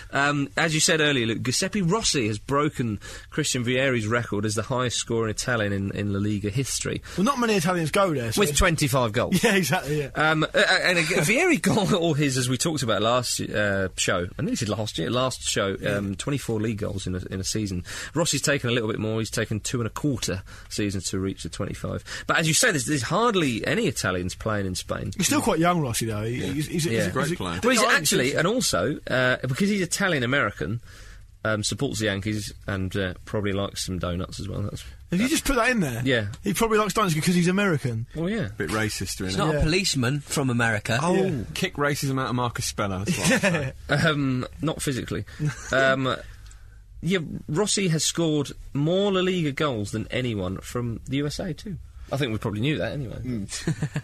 A: Um, as you said earlier, Luke, Giuseppe Rossi has broken Christian Vieri's record as the highest scoring Italian in, in La Liga history
C: well, not many Italians go there. So
A: with 25 goals.
C: yeah, exactly. Yeah.
A: Um, uh, uh, and again, Vieri got all his, as we talked about last uh, show, and this is last year, last show, um, 24 league goals in a, in a season. Rossi's taken a little bit more. He's taken two and a quarter seasons to reach the 25. But as you say, there's, there's hardly any Italians playing in Spain.
C: He's still quite young, Rossi, though. He- He's, he's,
A: Hmm. Yeah.
C: he's
B: Great
C: he's
B: player.
A: Well, he's
C: I think
A: actually, and also uh, because he's Italian American, um, supports the Yankees and uh, probably likes some donuts as well. That's
C: If you just put that in there,
A: Yeah.
C: he probably likes Dynasty because he's American.
A: well, yeah.
B: bit racist, really.
D: He's not
C: Yeah.
D: a policeman from America.
B: oh, kick racism out of Marcus Speller. That's what I say.
A: Um, not physically. um, yeah, Rossi has scored more La Liga goals than anyone from the USA too. I think we probably knew that anyway.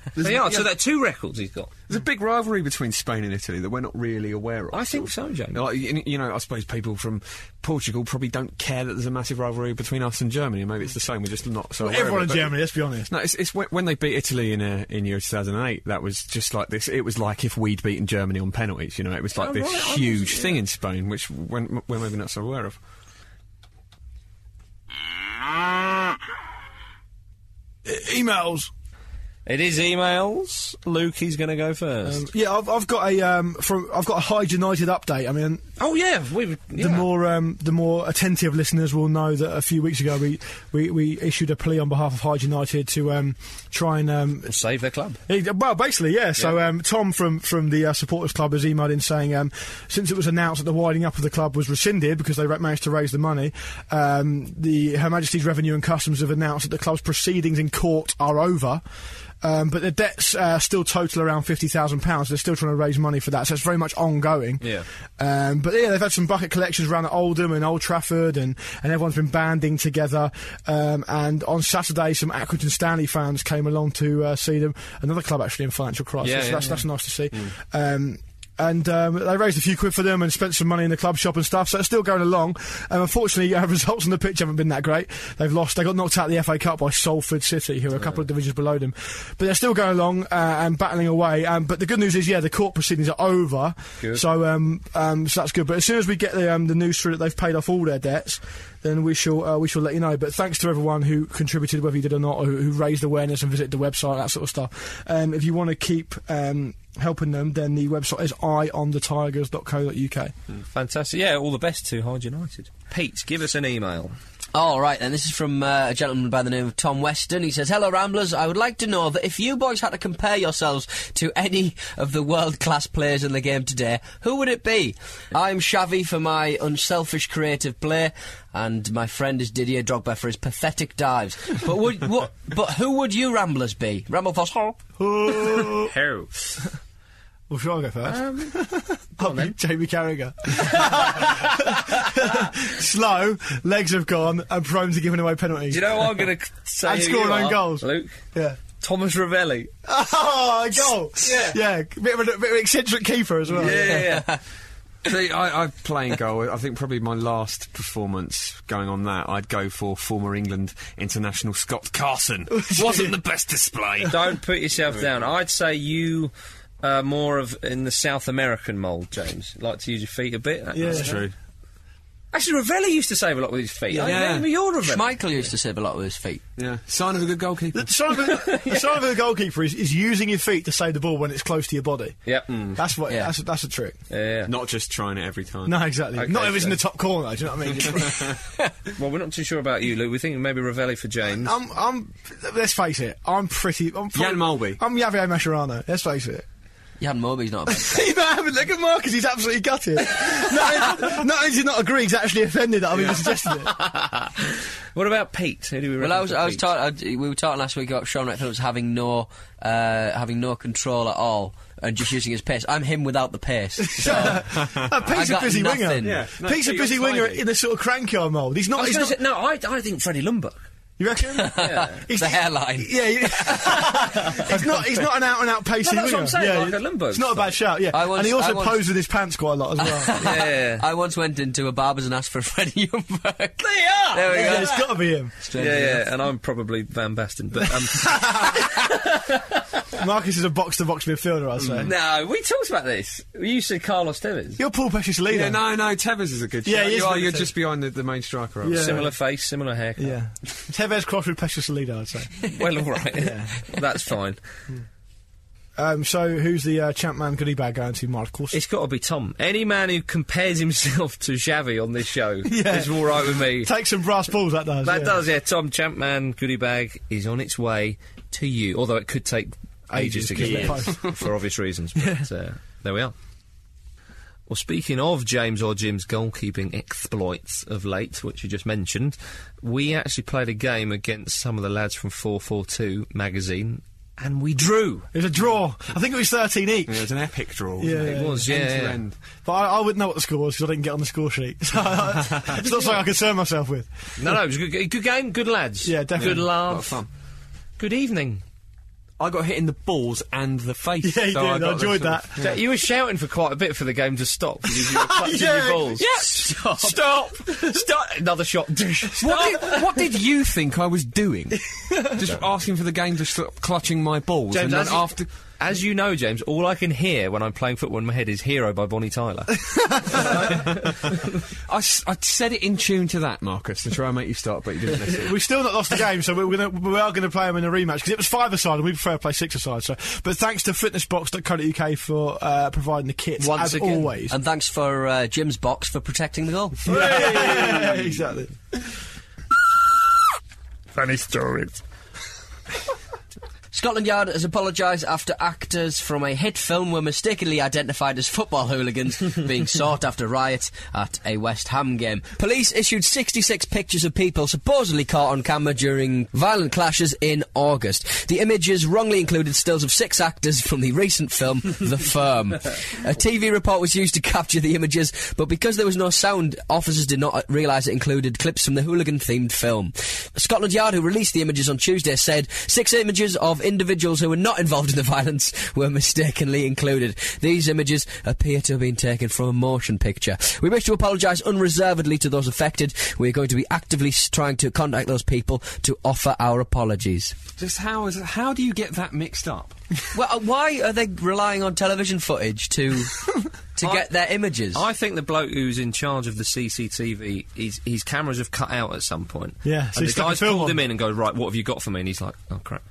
A: they are. So there are two records he's got.
B: There's a big rivalry between Spain and Italy that we're not really aware of.
A: I think so, James.
B: Like, you you know, I suppose people from Portugal probably don't care that there's a massive rivalry between us and Germany. Maybe it's the same. We're just not so. aware
C: Everyone in
B: of it, but-
C: Germany, let's be honest.
B: No, it's, it's when, when they beat Italy in uh, in year 2008. That was just like this. It was like if we'd beaten Germany on penalties. You know, it was
C: Oh,
B: like this huge thing in Spain, which when, we're maybe not so aware of.
C: E- emails.
A: It is emails. Luke, he's going to go first.
C: Um, yeah, I've, I've got a um, from I've got a Hyde United update. I mean,
A: oh yeah, we. were- Yeah.
C: the more um, the more attentive listeners will know that a few weeks ago we, we, we issued a plea on behalf of Hyde United to um, try and um,
A: save their club.
C: Yeah, Well, basically, yeah. So um, Tom from from the uh, supporters club has emailed in saying um, since it was announced that the winding up of the club was rescinded because they ra- managed to raise the money, um, the Her Majesty's Revenue and Customs have announced that the club's proceedings in court are over. Um, but the debts uh, still total around fifty thousand pounds. They're still trying to raise money for that, so it's very much ongoing.
A: Yeah.
C: Um, but yeah, they've had some bucket collections around at Oldham and Old Trafford, and, and everyone's been banding together. Um, and on Saturday, some Accrington Stanley fans came along to uh, see them. Another club actually in financial crisis.
A: Yeah,
C: so
A: yeah,
C: that's,
A: yeah. Mm.
C: that's nice to see. Um, and um, they raised a few quid for them and spent some money in the club shop and stuff. So it's still going along. Um, unfortunately, uh, results on the pitch haven't been that great. They've lost. They got knocked out of the FA Cup by Salford City, who are a couple of divisions below them. But they're still going along uh, and battling away. Um, but the good news is, yeah, the court proceedings are over. So, um, um, so that's good. But as soon as we get the um, the news through that they've paid off all their debts, then we shall uh, we shall let you know. But thanks to everyone who contributed, whether you did or not, or who, who raised awareness and visited the website, that sort of stuff. Um, if you want to keep um, helping them, then the website is ionthetigers.co.uk.
A: Fantastic. Yeah, all the best to Hyde United. Pete, give us an email.
D: All right, then. This is from uh, a gentleman by the name of Tom Weston. He says, Hello, Ramblers. I would like to know that if you boys had to compare yourselves to any of the world class players in the game today, who would it be? I'm Shavy for my unselfish creative play, and my friend is Didier Drogba for his pathetic dives. But would, what, but who would you Ramblers be? Ramble Foss, ho.
A: Who?
C: Well, sure, I'll go first. I'll be Jamie Carragher. Slow, legs have gone, and prone to giving away penalties.
A: Do you know what I'm going to say?
C: And
A: who
C: scoring
A: you
C: own
A: are,
C: goals.
A: Luke.
C: Yeah.
A: Thomas Ravelli.
C: Oh, a goal!
A: Yeah.
C: yeah, bit of, a, bit of an eccentric keeper as well.
A: yeah. yeah.
B: See, I, I playing goal. I think probably my last performance going on that, I'd go for former England international Scott Carson. Wasn't the best display.
A: Don't put yourself down. I'd say you uh, more of in the South American mould, James. Like to use your feet a bit.
C: Yeah.
B: That's true.
A: Actually, Ravelli used to save a lot with his feet. I
B: Yeah.
A: remember your Ravelli.
D: Schmeichel used to save a lot with his feet.
B: Yeah, sign of a good goalkeeper.
C: The sign of a, the sign of a goalkeeper is, is using your feet to save the ball when it's close to your body.
A: Yep.
C: That's what.
D: Yeah.
C: That's that's a trick.
A: Yeah.
B: Not just trying it every time.
C: No, exactly.
A: Okay,
C: Not if it's in
A: so-
C: the top corner. Do you know what I mean?
A: Well, we're not too sure about you, Luke. We're thinking maybe Ravelli for James.
C: I'm, I'm. Let's face it. I'm pretty. I'm probably,
B: Jan Mulby.
C: I'm Javier Mascherano. Let's face it.
D: Jan Moby's not a bad
C: you know, Ahmed, look at Marcus, he's absolutely gutted. not, only, not only does he not agree, he's actually offended that I've even suggested it.
A: What about Pete? Who do we
D: Well,
A: reckon
D: I was,
A: for
D: I was
A: Pete?
D: talking. I d- We were talking last week about Sean Wright Phillips having no, uh, having no control at all and just using his pace. I'm him without the pace. So
C: Uh, Pete's
D: I
C: a
D: got
C: busy
D: nothing.
C: winger.
D: Yeah.
B: No,
C: Pete's a
B: Pete,
C: busy
B: you're
C: winger
B: tidy.
C: in the sort of cranky mould. He's
A: I
C: not.
A: was
C: He's
A: gonna
C: not
A: say, no, I, I think Freddie Lumberg.
C: you reckon? He's,
D: the hairline.
C: Yeah, he- he's not. He's not an out and out pacing.
A: No, that's what I'm
C: winger.
A: saying,
C: Yeah,
A: like a Lundberg
C: it's not a bad shout. Yeah,
D: I once-
C: and he also
D: I once-
C: posed with his pants quite a lot as well.
A: Yeah.
D: I once went into a barber's and asked for Freddie Youngberg. There
A: are!
D: There we go.
C: yeah, it's got to be him.
A: yeah, yeah, and I'm probably Van Basten, but um,
C: Marcus is a box to box midfielder. I'd say.
A: no, we talked about this. You said Carlos Tevez,
C: You're Paul Pesci's leader.
B: Yeah, no, no, Tevez is a good
C: Yeah,
B: shout.
C: he is
B: you are,
C: really
B: you're
C: good.
B: just behind the, the main striker. I would
C: Yeah.
B: say.
A: similar face, similar haircut.
C: Yeah. Tevez cross with Pesci Salido, I'd say.
A: Well, all right, that's fine.
C: Um, so, who's the uh, champ man goodie bag going to, Mark? Of course.
A: It's got to be Tom. Any man who compares himself to Xavi on this show
C: Yeah.
A: is all right with me.
C: Take some brass balls, that does.
A: That
C: yeah.
A: does, yeah. Tom Champman goodie bag is on its way to you, although it could take ages to get there
C: Yes.
A: for obvious reasons. But uh, there we are. Well, speaking of James or Jim's goalkeeping exploits of late, which you just mentioned, we actually played a game against some of the lads from 442 magazine, and we drew.
C: It was a draw. I think it was 13 each.
B: Yeah, it was an epic draw. wasn't
C: Yeah.
B: it?
A: It was, yeah.
B: End to
A: yeah.
B: end.
C: But I, I wouldn't know what the score was because I didn't get on the score sheet. So I, it's not something I concern myself with.
A: No, no, it was a good, g- good game, good lads.
C: Yeah, definitely.
A: Good
B: A lot of
A: laugh,
B: fun.
A: good evening.
B: I got hit in the balls and the face.
C: Yeah, you
B: so
C: did. I,
B: got the
C: enjoyed
B: sort of-
C: that.
A: So You were shouting for quite a bit for the game to stop because you were clutching
C: Yeah.
A: your balls. Stop! Stop! Stop! Another shot.
B: What did, what did you think I was doing? just asking for the game to stop clutching my balls,
A: James,
B: and then
A: as you-
B: after.
A: As you know, James, all I can hear when I'm playing football in my head is Hero by Bonnie Tyler.
B: I, s- I said it in tune to that, Marcus, to try and make you start, but you didn't listen.
C: We've still not lost the game, so we're gonna, we are going to play them in a rematch because it was five aside and we prefer to play six aside. So, but thanks to fitnessbox.co.uk for uh, providing the kit
A: Once
C: as
A: again.
C: always.
D: And thanks for uh, Jim's box for protecting the goal.
C: Yeah, exactly.
A: Funny stories.
D: Scotland Yard has apologised after actors from a hit film were mistakenly identified as football hooligans being sought after riots at a West Ham game. Police issued 66 pictures of people supposedly caught on camera during violent clashes in August. The images wrongly included stills of six actors from the recent film The Firm. A TV report was used to capture the images, but because there was no sound, officers did not uh, realise it included clips from the hooligan-themed film. Scotland Yard, who released the images on Tuesday, said six images of individuals who were not involved in the violence were mistakenly included. These images appear to have been taken from a motion picture. We wish to apologise unreservedly to those affected. We are going to be actively s- trying to contact those people to offer our apologies.
B: just how is how do you get that mixed up?
D: Well, uh, why are they relying on television footage to to get their images?
A: I think the bloke who's in charge of the CCTV, his, his cameras have cut out at some point.
C: Yeah, so
A: and
C: he's
A: the
C: stuck a
A: guy's
C: film
A: called
C: on.
A: him in and goes, right, what have you got for me? And he's like, oh, crap.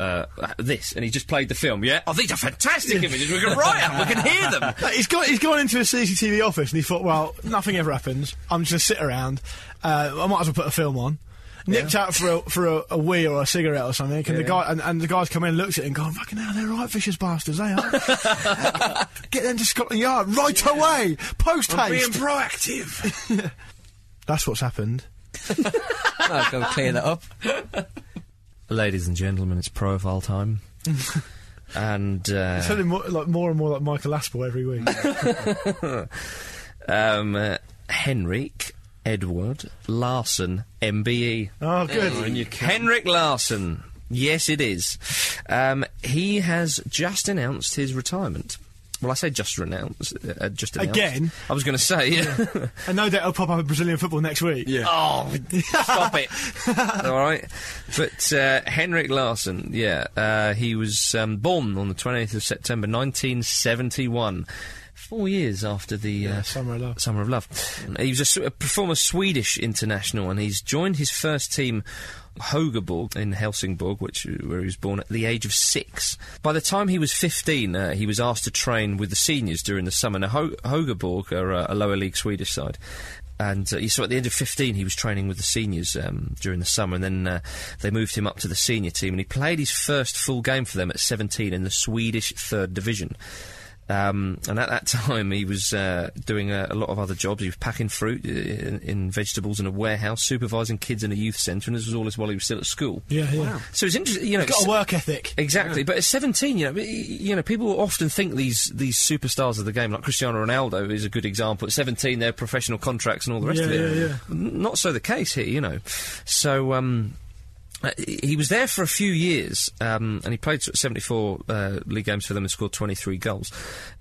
A: Uh, this. And he just played the film. Yeah? Oh, these are fantastic images. We can write them. We can hear them.
C: Uh, He's gone. He's gone into a CCTV office and he thought, "Well, nothing ever happens. I'm just gonna sit around. Uh, I might as well put a film on." Nipped out for a, for a, a wee or a cigarette or something, and the guy and, and the guys come in, looks at it and go, "Fucking hell, they're right, vicious bastards, they are." Get them to Scotland Yard right away, post haste.
A: proactive.
C: That's what's happened.
D: I'll go clear that up.
A: Ladies and gentlemen, it's profile time. and uh,
C: It's only more, like more and more like Michael Aspel every week.
A: um, uh, Henrik Edward Larson, MBE.
C: oh, good.
A: E. Henrik Larson. Yes, it is. Um, he has just announced his retirement. Well, I say just announced. Uh, just announced.
C: Again?
A: I was going to say.
C: And no doubt it'll pop up in Brazilian football next week. Yeah.
A: Oh, stop it. All right. But uh, Henrik Larsson, yeah, uh, he was um, born on the 28th of September 1971. Four years after the uh,
C: Summer of Love.
A: Summer of Love. He was a, Sw- a former Swedish international, and he's joined his first team, Hogeborg, in Helsingborg, which where he was born at the age of six. By the time he was 15, uh, he was asked to train with the seniors during the summer. Now, Ho- Hogeborg are uh, a lower league Swedish side. And uh, you saw at the age of 15, he was training with the seniors um, during the summer, and then uh, they moved him up to the senior team, and he played his first full game for them at 17 in the Swedish third division. Um, and at that time, he was uh, doing a, a lot of other jobs. He was packing fruit uh, in, in vegetables in a warehouse, supervising kids in a youth centre, and this was all this while he was still at school.
E: Yeah, yeah. Wow.
A: So it's interesting, you know.
E: Got
A: it's-
E: a work ethic.
A: Exactly, but at 17, you know, y- you know, people often think these these superstars of the game, like Cristiano Ronaldo, is a good example. At 17, they're professional contracts and all the rest
E: Yeah,
A: of it.
E: yeah, yeah.
A: N- Not so the case here, you know. So. Um, uh, he was there for a few years, um, and he played sort of 74 uh, league games for them and scored 23 goals.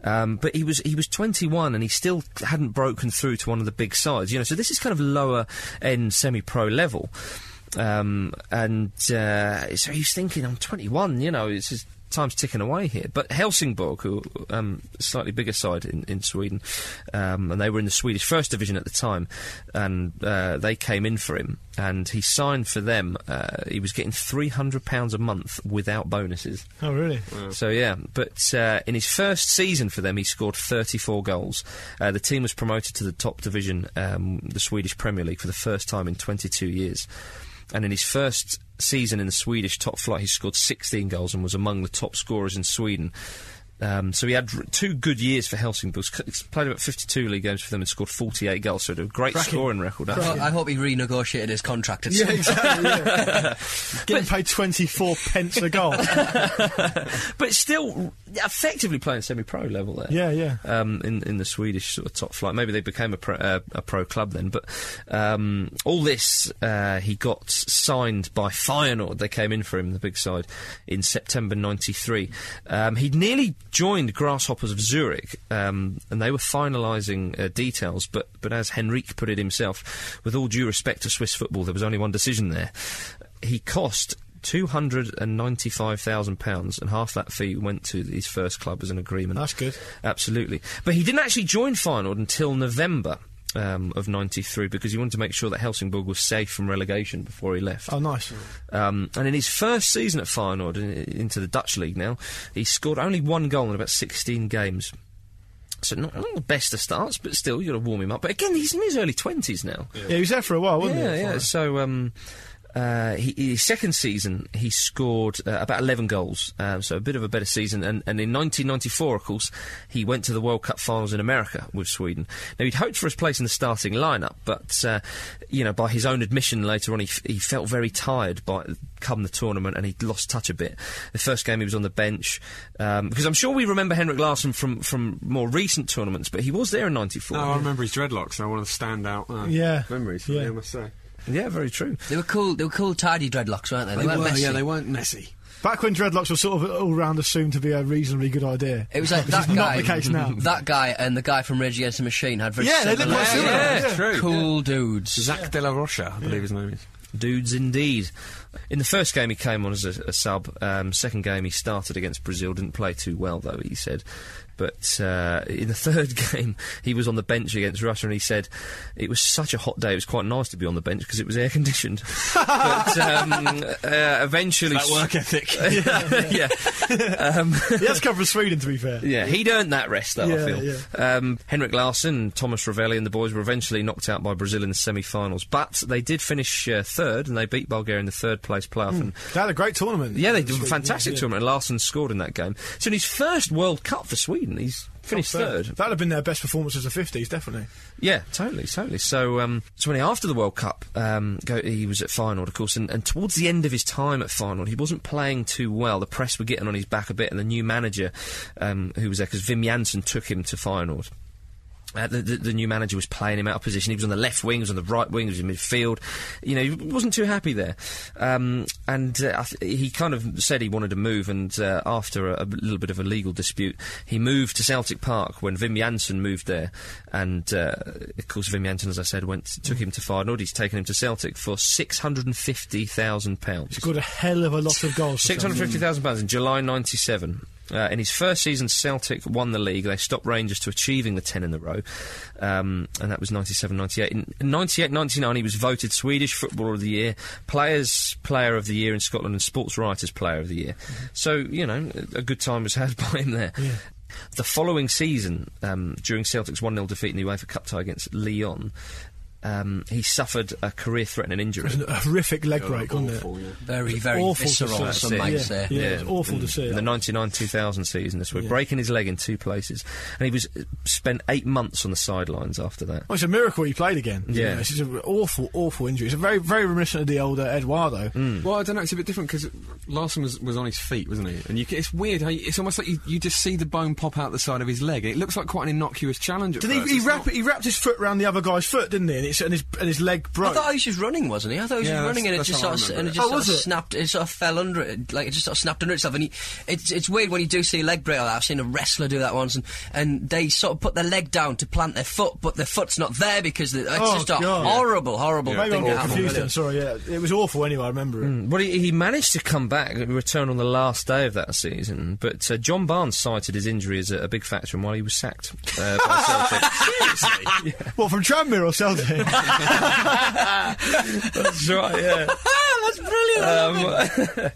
A: Um, but he was he was 21 and he still hadn't broken through to one of the big sides, you know. So this is kind of lower end semi pro level, um, and uh, so he's thinking, I'm 21, you know, it's just time's ticking away here. But Helsingborg, who um, slightly bigger side in, in Sweden, um, and they were in the Swedish first division at the time, and uh, they came in for him, and he signed for them. Uh, he was getting three hundred pounds a month without bonuses.
E: Oh, really?
A: So yeah, but uh, in his first season for them, he scored 34 goals. Uh, the team was promoted to the top division, um, the Swedish Premier League, for the first time in 22 years. And in his first season in the Swedish top flight, he scored 16 goals and was among the top scorers in Sweden. Um, so he had r- two good years for Helsingborg. C- He's played about 52 league games for them and scored 48 goals. So a great scoring record. actually.
D: I hope he renegotiated his contract at
E: Yeah,
D: some
E: exactly. yeah. Getting paid 24 pence a goal.
A: but still effectively playing semi-pro level there.
E: Yeah, yeah.
A: Um, in in the Swedish sort of top flight, maybe they became a pro, uh, a pro club then. But um, all this, uh, he got signed by Feyenoord. They came in for him, the big side, in September '93. Um, he nearly joined Grasshoppers of Zurich, um, and they were finalising uh, details. But but as Henrique put it himself, with all due respect to Swiss football, there was only one decision there. He cost two hundred and ninety-five thousand pounds, and half that fee went to his first club as an agreement.
E: That's good.
A: Absolutely, but he didn't actually join Feyenoord until November. Um, of 93 because he wanted to make sure that Helsingborg was safe from relegation before he left.
E: Oh, nice.
A: Um, and in his first season at Feyenoord, in, into the Dutch league now, he scored only one goal in about 16 games. So not, not the best of starts, but still, you've got to warm him up. But again, he's in his early 20s now.
E: Yeah, he was there for a while, wasn't
A: Yeah,
E: he?
A: yeah. So, um, uh, he, his second season, he scored uh, about 11 goals, um, so a bit of a better season. And, and in 1994, of course, he went to the World Cup finals in America with Sweden. Now, he'd hoped for his place in the starting lineup, but, uh, you know, by his own admission later on, he, f- he felt very tired by come the tournament and he'd lost touch a bit. The first game, he was on the bench. Um, because I'm sure we remember Henrik Larsson from, from more recent tournaments, but he was there in 94.
B: No, I remember his dreadlocks. I want to stand out. Uh,
E: Yeah.
B: memories. Yeah.
E: Yeah.
B: I must say.
A: Yeah, very true.
D: They were cool. They were cool, tidy dreadlocks, weren't they? They, weren't messy.
B: yeah, they weren't messy.
E: Back when dreadlocks were sort of all round assumed to be a reasonably good idea.
D: It was like
E: Which
D: that
E: is
D: guy.
E: not the case now.
D: That guy and the guy from Rage Against the Machine had very
E: Yeah, they
D: similar-
E: look quite similar.
B: Yeah, yeah, true,
D: Cool dudes.
B: Zach De La Rocha, I believe his name is.
A: Dudes indeed. In the first game, he came on as a, a sub. Um, second game, he started against Brazil. Didn't play too well, though, he said. But uh, in the third game, he was on the bench against Russia, and he said it was such a hot day. It was quite nice to be on the bench because it was air conditioned. but um, uh, eventually,
B: That work ethic.
A: yeah,
E: He has come from Sweden, to be fair.
A: yeah, he'd earned that rest, though. I
E: Yeah,
A: feel. Um, Henrik Larsson, Thomas Ravelli, and the boys were eventually knocked out by Brazil in the semi-finals, but they did finish uh, third, and they beat Bulgaria in the third-place playoff. And
E: They had a great tournament.
A: Yeah, they did a fantastic
E: yeah.
A: tournament. And Larson scored in that game. So in his first World Cup for Sweden, he's finished third.
E: That'd have been their best performance of the 50s, definitely.
A: Yeah, totally, totally. So, um, so when he, after the World Cup, um, go, he was at Feyenoord, of course, and, and towards the end of his time at Feyenoord, he wasn't playing too well. The press were getting on his back a bit, and the new manager um, who was there, because Vim Janssen took him to Feyenoord. Uh, the, the, the new manager was playing him out of position. He was on the left wing, he was on the right wing, he was in midfield. You know, he wasn't too happy there. Um, and uh, I th- he kind of said he wanted to move, and uh, after a, a little bit of a legal dispute, he moved to Celtic Park when Vim Janssen moved there. And uh, of course, Vim Janssen, as I said, went took him to Feyenoord. He's taken him to Celtic for £650,000.
E: Scored a hell of a lot of goals. for
A: Six hundred fifty thousand pounds in July '97. Uh, in his first season, Celtic won the league. They stopped Rangers to achieving the 10 in a row, um, and that was 97 98. In 98 99, he was voted Swedish Footballer of the Year, Players Player of the Year in Scotland, and Sports Writers Player of the Year. So, you know, a a good time was had by him there. The following season, um, during Celtic's 1 0 defeat in the UEFA Cup tie against Lyon, um, he suffered a career-threatening injury.
E: It was a horrific leg break, wasn't it?
D: Very, very
E: Awful to
D: visceral,
E: see.
D: some might
E: yeah.
D: say.
E: Yeah, it's awful
A: in,
E: to see.
A: in the
E: that.
A: 99 2000 season, this week, breaking his leg in two places. And he was uh, spent eight months on the sidelines after that.
E: Well, it's a miracle he played again. You
A: Yeah.
E: know, it's just an awful, awful injury. It's a very, very reminiscent of the older Eduardo.
A: Mm.
B: Well, I don't know. It's a bit different because Larson was, was on his feet, wasn't he? And you, it's weird. How you, it's almost like you, you just see the bone pop out the side of his leg. It looks like quite an innocuous challenge. At
E: Did he,
B: first.
E: he,
B: It's
E: wrap,
B: not-
E: he wrapped his foot around the other guy's foot, didn't he? And, it's, and, his, and his leg
D: I
E: broke.
D: thought he was just running, wasn't he? I thought he was
B: Yeah,
D: just
B: that's-
D: running, and it
B: that's
D: just
B: how I
D: sort of,
B: remember
D: and
B: it.
D: it just
E: Oh,
D: sort of
E: was it?
D: snapped. It sort of fell under it, like it just sort of snapped under itself. And he, it's it's weird when you do see a leg break. Like that. I've seen a wrestler do that once, and, and they sort of put their leg down to plant their foot, but their foot's not there because the, it's
E: Oh,
D: just a
E: God.
D: horrible, horrible
E: Maybe
D: thing
E: I'm
D: that
E: all
D: happened.
E: confused
D: wasn't
E: then.
D: it?
E: Sorry, yeah. It was awful anyway, I remember it.
A: Well, he, he managed to come back and return on the last day of that season, but uh, John Barnes cited his injury as a, a big factor in why he was sacked. Uh, by Celtic.
E: What, from Tranmere or Celtic?
A: That's right, yeah.
D: That's brilliant.
A: Um,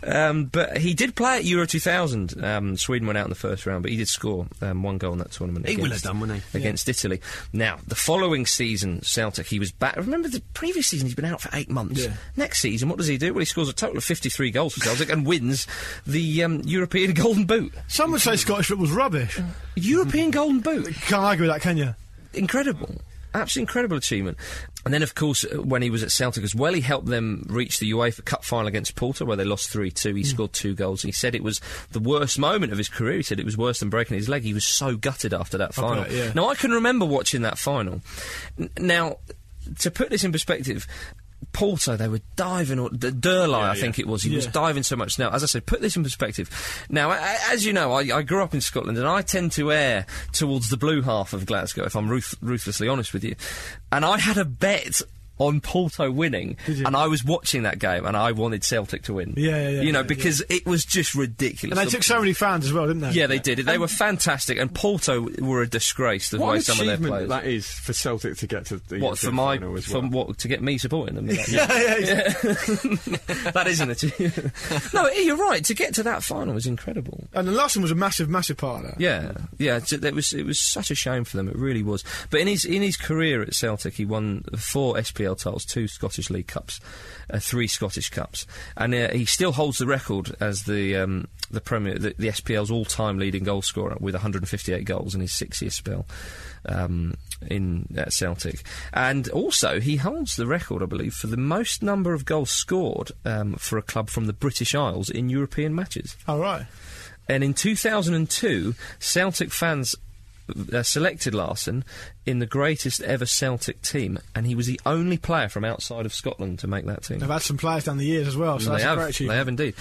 A: um, but he did play at Euro 2000. Um, Sweden went out in the first round, but he did score um, one goal in that tournament.
B: He will
A: against-
B: have done, wouldn't he?
A: Against Italy. Now, the following season, Celtic, he was back. Remember, the previous season, he's been out for eight months. Next season, what does he do? Well, he scores a total of 53 goals for Celtic and wins the um, European Golden Boot.
E: Some would say Scottish football's rubbish.
A: European Golden Boot.
E: Can't argue with that, can you?
A: incredible. Absolutely incredible achievement. And then, of course, uh, when he was at Celtic as well, he helped them reach the UEFA Cup final against Porto, where they lost 3 2.
B: Hmm.
A: He scored two goals. He said it was the worst moment of his career. He said it was worse than breaking his leg. He was so gutted after that final.
E: bet, yeah.
A: Now, I can remember watching that final. N- now, to put this in perspective, Porto, they were diving, or D- Derlai, I think it was. He was
E: Yeah.
A: diving so much. Now, as I say, put this in perspective. Now, a- a- as you know, I, I grew up in Scotland, and I tend to err towards the blue half of Glasgow, if I'm ruth- ruthlessly honest with you. And I had a bet on Porto winning, and I was watching that game, and I wanted Celtic to win.
E: Yeah, yeah, yeah,
A: You know,
E: yeah,
A: because it was just ridiculous.
E: And they took so many fans as well, didn't they?
A: yeah, they did. They were fantastic, and Porto were a disgrace the
B: What
A: way
B: an
A: some of their players.
B: achievement that is for Celtic to get to the
A: What for
B: European
A: my
B: final as
A: for
B: well.
A: what to get me supporting them? Yeah. that isn't it. no, eh, you're right. To get to that final was incredible.
E: And then Larson was a massive, massive part of that.
A: Yeah, yeah. It, it was it was such a shame for them. It really was. But in his in his career at Celtic, he won four SPL titles, two Scottish League Cups, uh, three Scottish Cups, and uh, he still holds the record as the um, the Premier the, the SPL's all time leading goal scorer with 158 goals in his six year spell. Um, in at Celtic, and also he holds the record, I believe, for the most number of goals scored um, for a club from the British Isles in European matches.
E: All right.
A: And in 2002, Celtic fans uh, selected Larson in the greatest ever Celtic team, and he was the only player from outside of Scotland to make that team.
E: They've had some players down the years as well, so
A: they
E: that's
A: have,
E: a great achievement.
A: they have indeed.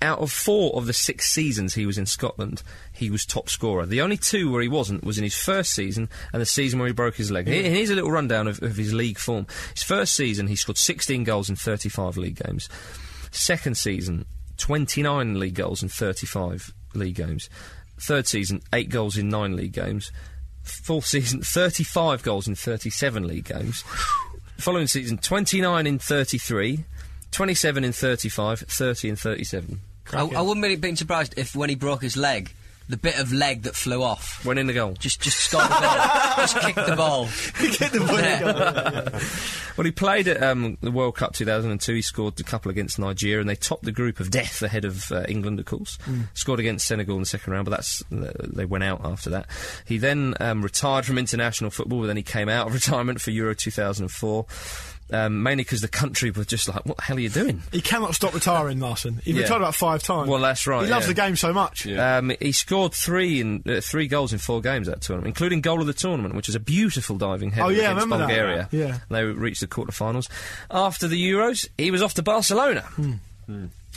A: Out of four of the six seasons he was in Scotland, he was top scorer. The only two where he wasn't was in his first season and the season where he broke his leg. Here- Here's a little rundown of, of his league form. His first season, he scored 16 goals in 35 league games. Second season, 29 league goals in 35 league games. Third season, 8 goals in 9 league games. Fourth season, 35 goals in 37 league games. Following season, 29 in 33, 27 in 35, 30 in 37.
D: I, I wouldn't be been surprised if when he broke his leg, the bit of leg that flew off.
A: When in the goal.
D: Just, just scored the ball. just kicked the ball. kicked the ball.
A: Well, he played at um, the World Cup 2002. He scored a couple against Nigeria, and they topped the group of death ahead of uh, England, of course. Scored against Senegal in the second round, but that's th- they went out after that. He then um, retired from international football, but then he came out of retirement for Euro 2004. Um, mainly because the country were just like, "What the hell are you doing?"
E: He cannot stop retiring, Larson. He
A: Yeah.
E: retired about five times.
A: Well, that's right,
E: He loves
A: yeah.
E: the game so much.
A: Um, he scored three in uh, three goals in four games that tournament, including goal of the tournament, which is a beautiful diving header
E: Oh, yeah, I
A: against
E: remember that.
A: Bulgaria.
E: Yeah.
A: they reached the quarterfinals. After the Euros, he was off to Barcelona.
E: Hmm.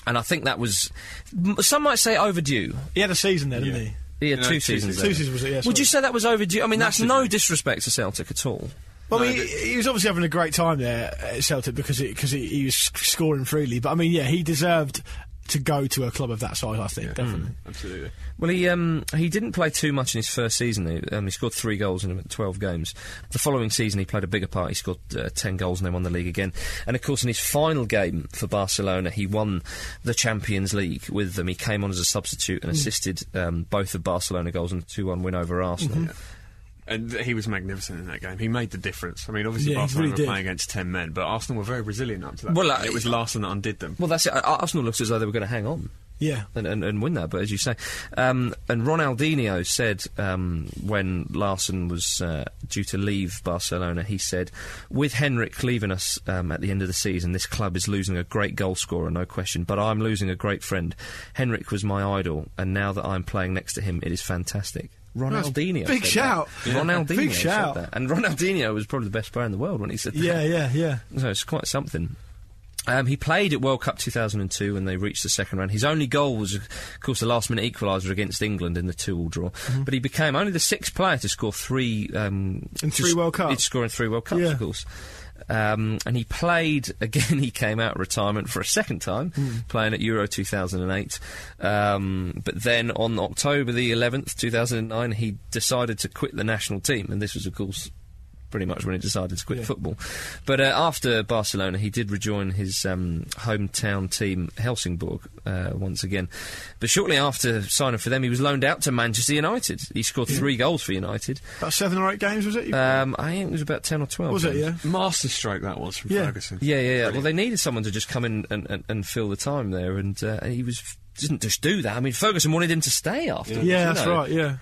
A: And I think that was, m- some might say overdue.
E: He had a season there, didn't he?
A: He had
B: Yeah,
A: two
B: two
A: seasons.
B: seasons.
A: there.
E: Two seasons was it? Yeah,
A: Would
E: sorry.
A: you say that was overdue? I mean, that's no disrespect to Celtic at all.
E: Well, I mean, he, he was obviously having a great time there at Celtic because it, cause he, he was sc- scoring freely. But I mean, yeah, he deserved to go to a club of that size. I think definitely.
B: Absolutely.
A: Well, he um, he didn't play too much in his first season. He, um, he scored three goals in 12 games. The following season, he played a bigger part. He scored uh, 10 goals and they won the league again. And of course, in his final game for Barcelona, he won the Champions League with them. He came on as a substitute and assisted um, both of Barcelona goals in a 2 1 win over Arsenal.
B: And th- he was magnificent in that game. He made the difference. I mean, obviously
C: Yeah, he
B: Barcelona
C: really
B: were
C: did.
B: playing against ten men, but Arsenal were very resilient up to that.
A: Well,
B: point.
A: uh,
B: it was Larson that undid them.
A: Well, that's it. Uh, Arsenal looked as though they were going to hang on.
C: Yeah.
A: and, and, and win that. But as you say, um, and Ronaldinho said um, when Larson was uh, due to leave Barcelona, he said, "With Henrik leaving us um, at the end of the season, this club is losing a great goal scorer, no question. But I'm losing a great friend. Henrik was my idol, and now that I'm playing next to him, it is fantastic." Ronaldinho,
C: big
A: said
C: shout.
A: That.
C: Yeah.
A: Ronaldinho
C: Big
A: said
C: shout.
A: that, and Ronaldinho was probably the best player in the world when he said that.
C: Yeah, yeah, yeah.
A: So it's quite something. Um, he played at World Cup 2002 when they reached the second round. His only goal was, of course, the last minute equaliser against England in the 2 all draw.
C: Mm-hmm.
A: But he became only the sixth player to score three. Um, to
C: In three
A: s-
C: World Cups?
A: He'd score in three World Cups,
C: Yeah.
A: of course. Um, and he played again. He came out of retirement for a second time,
C: Hmm.
A: playing at Euro 2008. Um, but then on October the 11th, 2009, he decided to quit the national team. And this was, of course, pretty much when he decided to quit football. But uh, after Barcelona, he did rejoin his um, hometown team, Helsingborg, uh, once again. But shortly after signing for them, he was loaned out to Manchester United. He scored three goals for United.
C: About seven or eight games, was it?
A: Um, I think it was about 10 or 12.
C: was it?
A: games.
C: Yeah.
B: Masterstroke that was from
C: Yeah.
B: Ferguson.
A: Yeah, yeah, yeah. Well, they needed someone to just come in and, and, and fill the time there, and uh, he was didn't just do that. I mean, Ferguson wanted him to stay after.
C: Yeah, that's right. Yeah.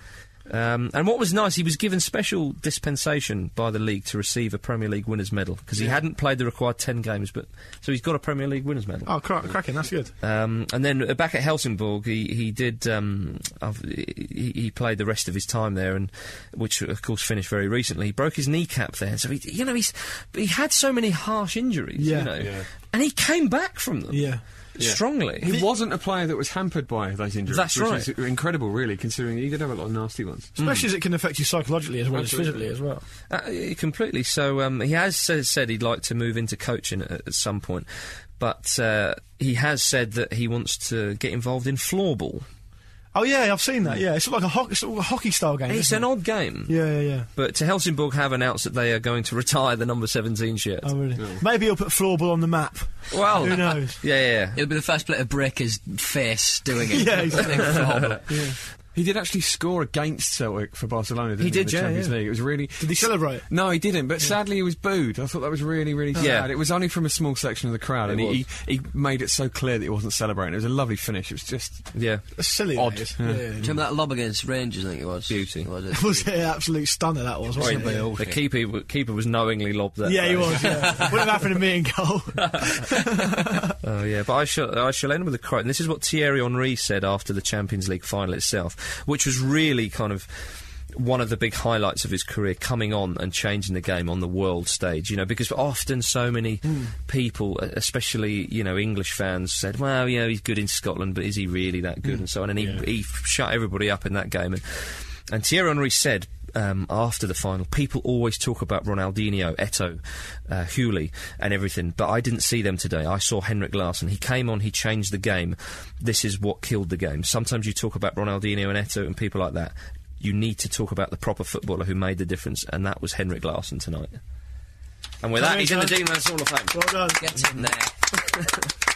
A: Um, and what was nice, he was given special dispensation by the league to receive a Premier League winners medal because he hadn't played the required ten games, but so he's got a Premier League winners medal.
C: Oh, cra- cracking. That's good.
A: Um, and then uh, back at Helsingborg, he he did um, of- he, he played the rest of his time there, and which of course finished very recently. He broke his kneecap there, so he you know he's he had so many harsh injuries,
C: Yeah.
A: you know,
B: Yeah.
A: and he came back from them,
C: Yeah.
A: strongly.
B: He wasn't a player that was hampered by those injuries.
A: That's
B: which
A: right.
B: Is incredible, really, considering he did have a lot of nasty ones.
C: Especially as it can affect you psychologically as well
B: Hmm. Absolutely.
C: as physically as well.
A: Uh, yeah, completely. So um, he has said, said he'd like to move into coaching at, at some point, but uh, he has said that he wants to get involved in floorball.
C: Oh yeah, I've seen that. Yeah, it's like a, ho- it's like a hockey style game.
A: It's
C: isn't
A: an
C: it?
A: odd game.
C: Oh, Yeah, yeah, yeah.
A: But to Helsingborg have announced that they are going to retire the number 17 shirt.
C: Oh really? Maybe he'll put floorball on the map.
A: well,
C: Who knows?
A: Yeah, yeah, yeah.
D: It'll be the first bit of brick is face doing it.
C: Yeah, exactly.
D: Floorball.
B: He did actually score against Celtic for Barcelona. Didn't
A: He
B: he,
A: did,
B: in the
A: yeah,
B: Champions
A: yeah.
B: League. It was really.
C: Did he celebrate?
B: No, he didn't. But sadly, he was booed. I thought that was really, really sad.
A: Oh. Yeah.
B: It was only from a small section of the crowd, and he, he he made it so clear that he wasn't celebrating. It was a lovely finish. It was just
A: Yeah.
C: That's silly.
B: Odd.
C: that is.
B: Yeah.
C: Yeah, yeah,
D: Do you
C: yeah.
D: remember that lob against Rangers? I think it was.
A: Beauty.
D: Was it?
C: Was it an absolute stunner that was? Wasn't it?
A: The keeper, keeper was knowingly lobbed that.
C: Yeah, he
A: though.
C: was. Yeah. Wouldn't have happened to me in goal.
A: Oh yeah, but I shall I shall end with a quote, and this is what Thierry Henry said after the Champions League final itself, which was really kind of one of the big highlights of his career coming on and changing the game on the world stage you know because often so many
C: Hmm.
A: people e- especially you know english fans said well yeah he's good in scotland but is he really that
C: Hmm.
A: good and so on and he, he shut everybody up in that game and and Thierry Henry said um, after the final, people always talk about Ronaldinho, Eto, uh, Hewley, and everything, but I didn't see them today. I saw Henrik Larsson. He came on, he changed the game. This is what killed the game. Sometimes you talk about Ronaldinho and Eto and people like that. You need to talk about the proper footballer who made the difference, and that was Henrik Larsson tonight. And with that, he's in the Dean Man's Hall of Fame.
C: Well done.
D: Get in there.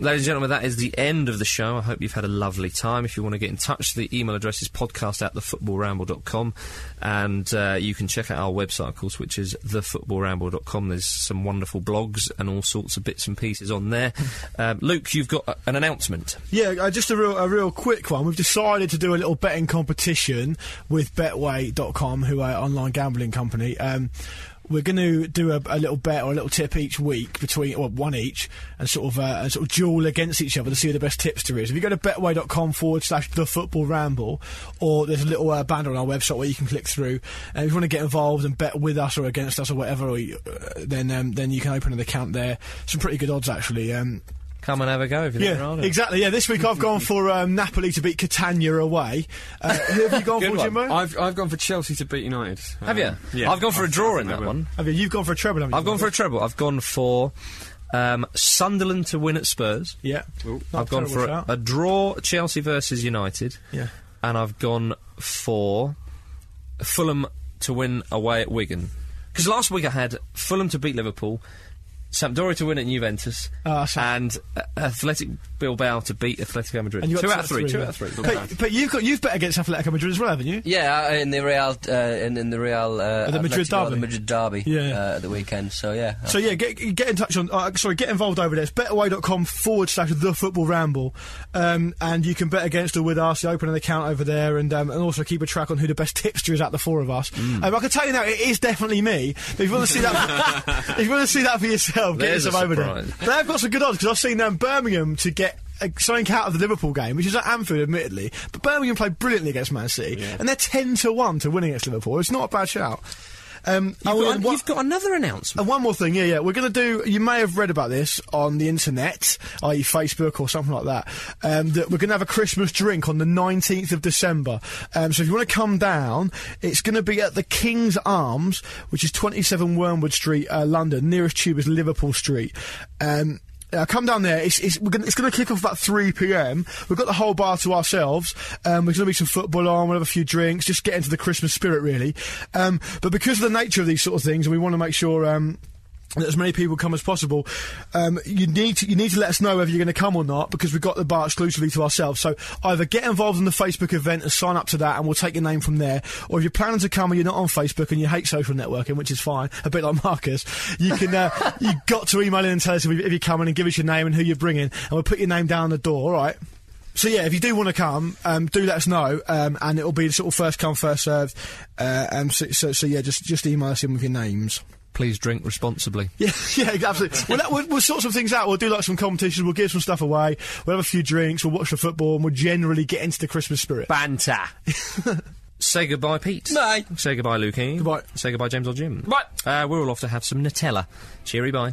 A: Ladies and gentlemen, that is the end of the show. I hope you've had a lovely time. If you want to get in touch, the email address is podcast at thefootballramble.com. And uh, you can check out our website, of course, which is thefootballramble.com. There's some wonderful blogs and all sorts of bits and pieces on there. um, Luke, you've got a- an announcement.
C: Yeah, uh, just a real a real quick one. We've decided to do a little betting competition with Betway.com, who are an online gambling company. Um, we're going to do a, a little bet or a little tip each week between well, one each and sort of uh, and sort of duel against each other to see who the best tipster is. If you go to betway.com forward slash the football ramble, or there's a little uh, banner on our website where you can click through. And if you want to get involved and bet with us or against us or whatever, or you, uh, then um, then you can open an account there. Some pretty good odds actually. Um,
A: Come and have a go if you think
C: yeah,
A: you're on it.
C: exactly. Yeah, this week I've gone for um, Napoli to beat Catania away. Uh, who have you gone for,
A: one.
C: Jimbo?
B: I've I've gone for Chelsea to beat United.
A: Have
B: Um,
A: you?
B: yeah,
A: I've gone for a
B: I- I
A: draw in
B: think they
A: that
B: will.
A: one.
C: have you? You've gone for a treble, haven't you?
A: I've gone for a
C: Jimbo?
A: treble. I've gone for um, Sunderland to win at Spurs.
C: Yeah. Not
A: I've gone
C: terrible
A: for a,
C: shout.
A: a draw, Chelsea versus United.
C: Yeah.
A: And I've gone for Fulham to win away at Wigan. Because last week I had Fulham to beat Liverpool, Sampdoria to win at Juventus,
C: Ah, so-
A: and uh, Athletic Bilbao to beat Atletico Madrid.
C: you got
A: two out of three. Two
C: yeah.
A: out of three.
C: But, but you've got you've bet against Atletico Madrid as well, haven't you?
D: Yeah, uh, in the Real, uh, in, in the Real, uh,
C: the Madrid
D: Atletico,
C: derby.
D: the Madrid derby,
C: Yeah.
D: uh, at the weekend. So yeah,
C: So yeah, get get in touch on uh, sorry, get involved over there. It's betterway.com forward slash the football ramble, um, and you can bet against or with us. You open an account over there, and um, and also keep a track on who the best tipster is out of the four of us.
A: Mm.
C: Um, I can tell you now, it is definitely me. But if you want to see that, if you want to see that for yourself, get
A: There's
C: yourself
A: a
C: over there.
A: surprise.
C: They've got some good odds because I've seen um, Birmingham to get. uh, Something out of the Liverpool game, which is at Anfield, admittedly, but Birmingham played brilliantly against Man City, and they're ten to one to win against Liverpool. It's not a bad shout. Um,
A: You've,
C: oh,
A: got,
C: and what-
A: you've got another announcement.
C: and one more thing, yeah, yeah, we're going to do. You may have read about this on the internet, i.e., Facebook or something like that. Um, that we're going to have a Christmas drink on the nineteenth of December. Um, so if you want to come down, it's going to be at the King's Arms, which is twenty-seven Wormwood Street, uh, London. Nearest tube is Liverpool Street. Um, uh, come down there. It's it's, we're gonna, it's going to kick off about three p.m. We've got the whole bar to ourselves. Um, there's going to be some football on. We'll have a few drinks. Just get into the Christmas spirit, really. Um, but because of the nature of these sort of things, and we want to make sure. Um, that as many people come as possible. Um, you need to you need to let us know whether you're going to come or not because we've got the bar exclusively to ourselves. So either get involved in the Facebook event and sign up to that, and we'll take your name from there. Or if you're planning to come and you're not on Facebook and you hate social networking, which is fine, a bit like Marcus, you can uh, you got to email in and tell us if, if you're coming and give us your name and who you're bringing, and we'll put your name down the door. All right. So yeah, if you do want to come, um, do let us know, um, and it'll be sort of first come first served. Uh, um, so, so, so yeah, just just email us in with your names.
A: Please drink responsibly.
C: Yeah, yeah, absolutely. We'll, let- we'll, we'll sort some things out. We'll do like some competitions. We'll give some stuff away. We'll have a few drinks. We'll watch the football, and we'll generally get into the Christmas spirit.
A: Banter. Say goodbye, Pete.
D: Bye.
A: Say goodbye, Luke. Keane.
C: Goodbye.
A: Say goodbye, James or Jim.
D: Bye.
A: Uh, we're all off to have some Nutella. Cheery bye.